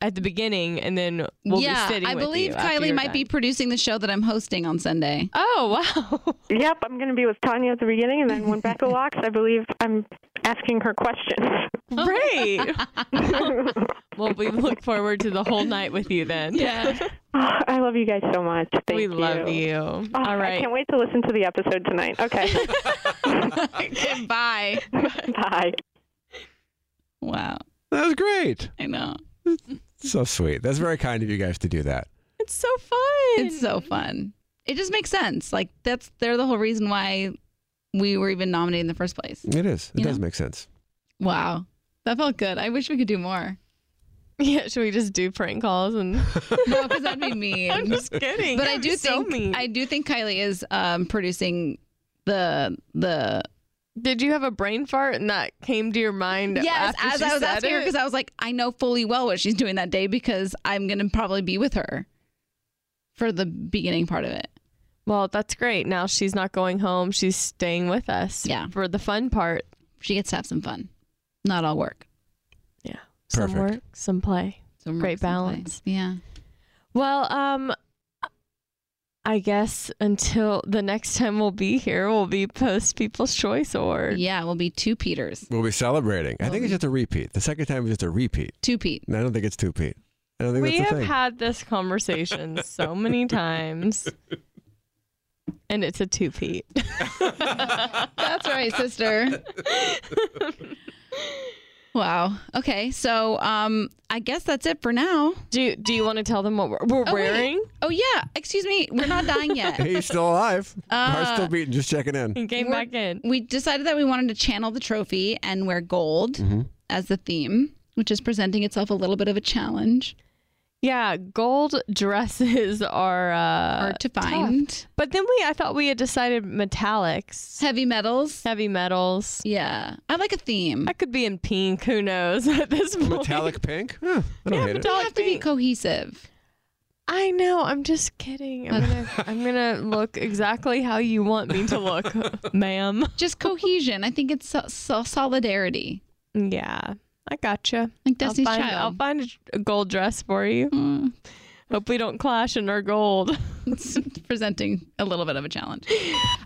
B: at the beginning, and then we'll
A: yeah,
B: be sitting.
A: I
B: with
A: believe
B: you after
A: Kylie
B: you're
A: might be
B: done.
A: producing the show that I'm hosting on Sunday.
B: Oh wow!
I: Yep, I'm going to be with Tanya at the beginning, and then when Becca walks, I believe I'm asking her questions.
B: Great. well, we look forward to the whole night with you then.
A: Yeah.
I: Oh, I love you guys so much. Thank
B: we
I: you.
B: love you.
I: Oh,
B: All
I: I
B: right.
I: can't wait to listen to the episode tonight. Okay,
A: Bye.
I: bye.
A: Wow.
D: That was great.
A: I know.
D: So sweet. That's very kind of you guys to do that.
B: It's so fun.
A: It's so fun. It just makes sense. Like that's they're the whole reason why we were even nominated in the first place.
D: It is. It
A: You
D: does
A: know?
D: make sense.
A: Wow. That felt good. I wish we could do more.
B: Yeah, should we just do prank calls and
A: No, because that'd be mean.
B: I'm just kidding.
A: but I
B: That'd
A: do
B: be
A: think
B: so mean.
A: I do think Kylie is um, producing the the
B: Did you have a brain fart and that came to your mind?
A: yes
B: after
A: as
B: she
A: I was
B: said
A: asking her
B: it?
A: because I was like I know fully well what she's doing that day because I'm gonna probably be with her for the beginning part of it.
B: Well, that's great. Now she's not going home. She's staying with us.
A: Yeah.
B: For the fun part.
A: She gets to have some fun, not all work.
B: Yeah. Some
D: Perfect.
B: work, some play.
A: Some work, some
B: Great
A: play.
B: balance.
A: Yeah.
B: Well, um I guess until the next time we'll be here, we'll be post People's Choice Award.
A: Yeah, we'll be two Peters,
D: We'll be celebrating. I think it's just a repeat. The second time was just a repeat.
A: two Pete.
D: And I don't think it's two Pete. I don't think
B: We
D: that's a
B: have
D: thing.
B: had this conversation so many times. And it's a two feet.
A: That's right, sister. wow. Okay. So um I guess that's it for now.
B: Do do you want to tell them what we're, we're wearing?
A: Oh yeah. Excuse me. We're not dying yet.
D: Hey, you're still alive. Heart's
A: Uh,
D: still beating. Just checking in.
B: came
A: back in. We decided that we wanted to channel the trophy and wear gold
D: Mhm.
A: as the theme, which is presenting itself a little bit of a challenge.
B: Yeah, gold dresses are uh,
A: Hard to
B: tough.
A: find.
B: But then we, I thought we had decided metallics,
A: heavy metals,
B: heavy metals.
A: Yeah, I like a theme.
B: I could be in pink. Who knows at this point?
D: Metallic pink. Huh, I don't hate it.
A: You have to be cohesive.
B: I know. I'm just kidding. I'm gonna, I'm gonna look exactly how you want me to look, ma'am.
A: Just cohesion. I think it's so, so solidarity.
B: Yeah, I gotcha.
A: Like Destiny's
B: I'll find,
A: Child. Mm.
B: I'll find a tr- a gold dress for you. Hope we don't clash in our gold.
A: It's presenting a little bit of a challenge.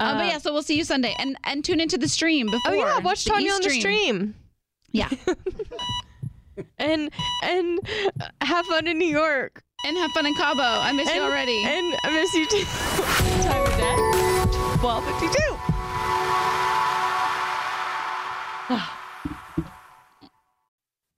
A: Uh, but yeah, so we'll see you Sunday, and and tune into the stream before.
B: Oh yeah, watch
A: the
B: Tanya on the
A: e-stream.
B: stream.
A: Yeah.
B: and and uh, have fun in New York.
A: And have fun in Cabo. I miss you already.
B: And I miss you too. Time of death. Twelve fifty two.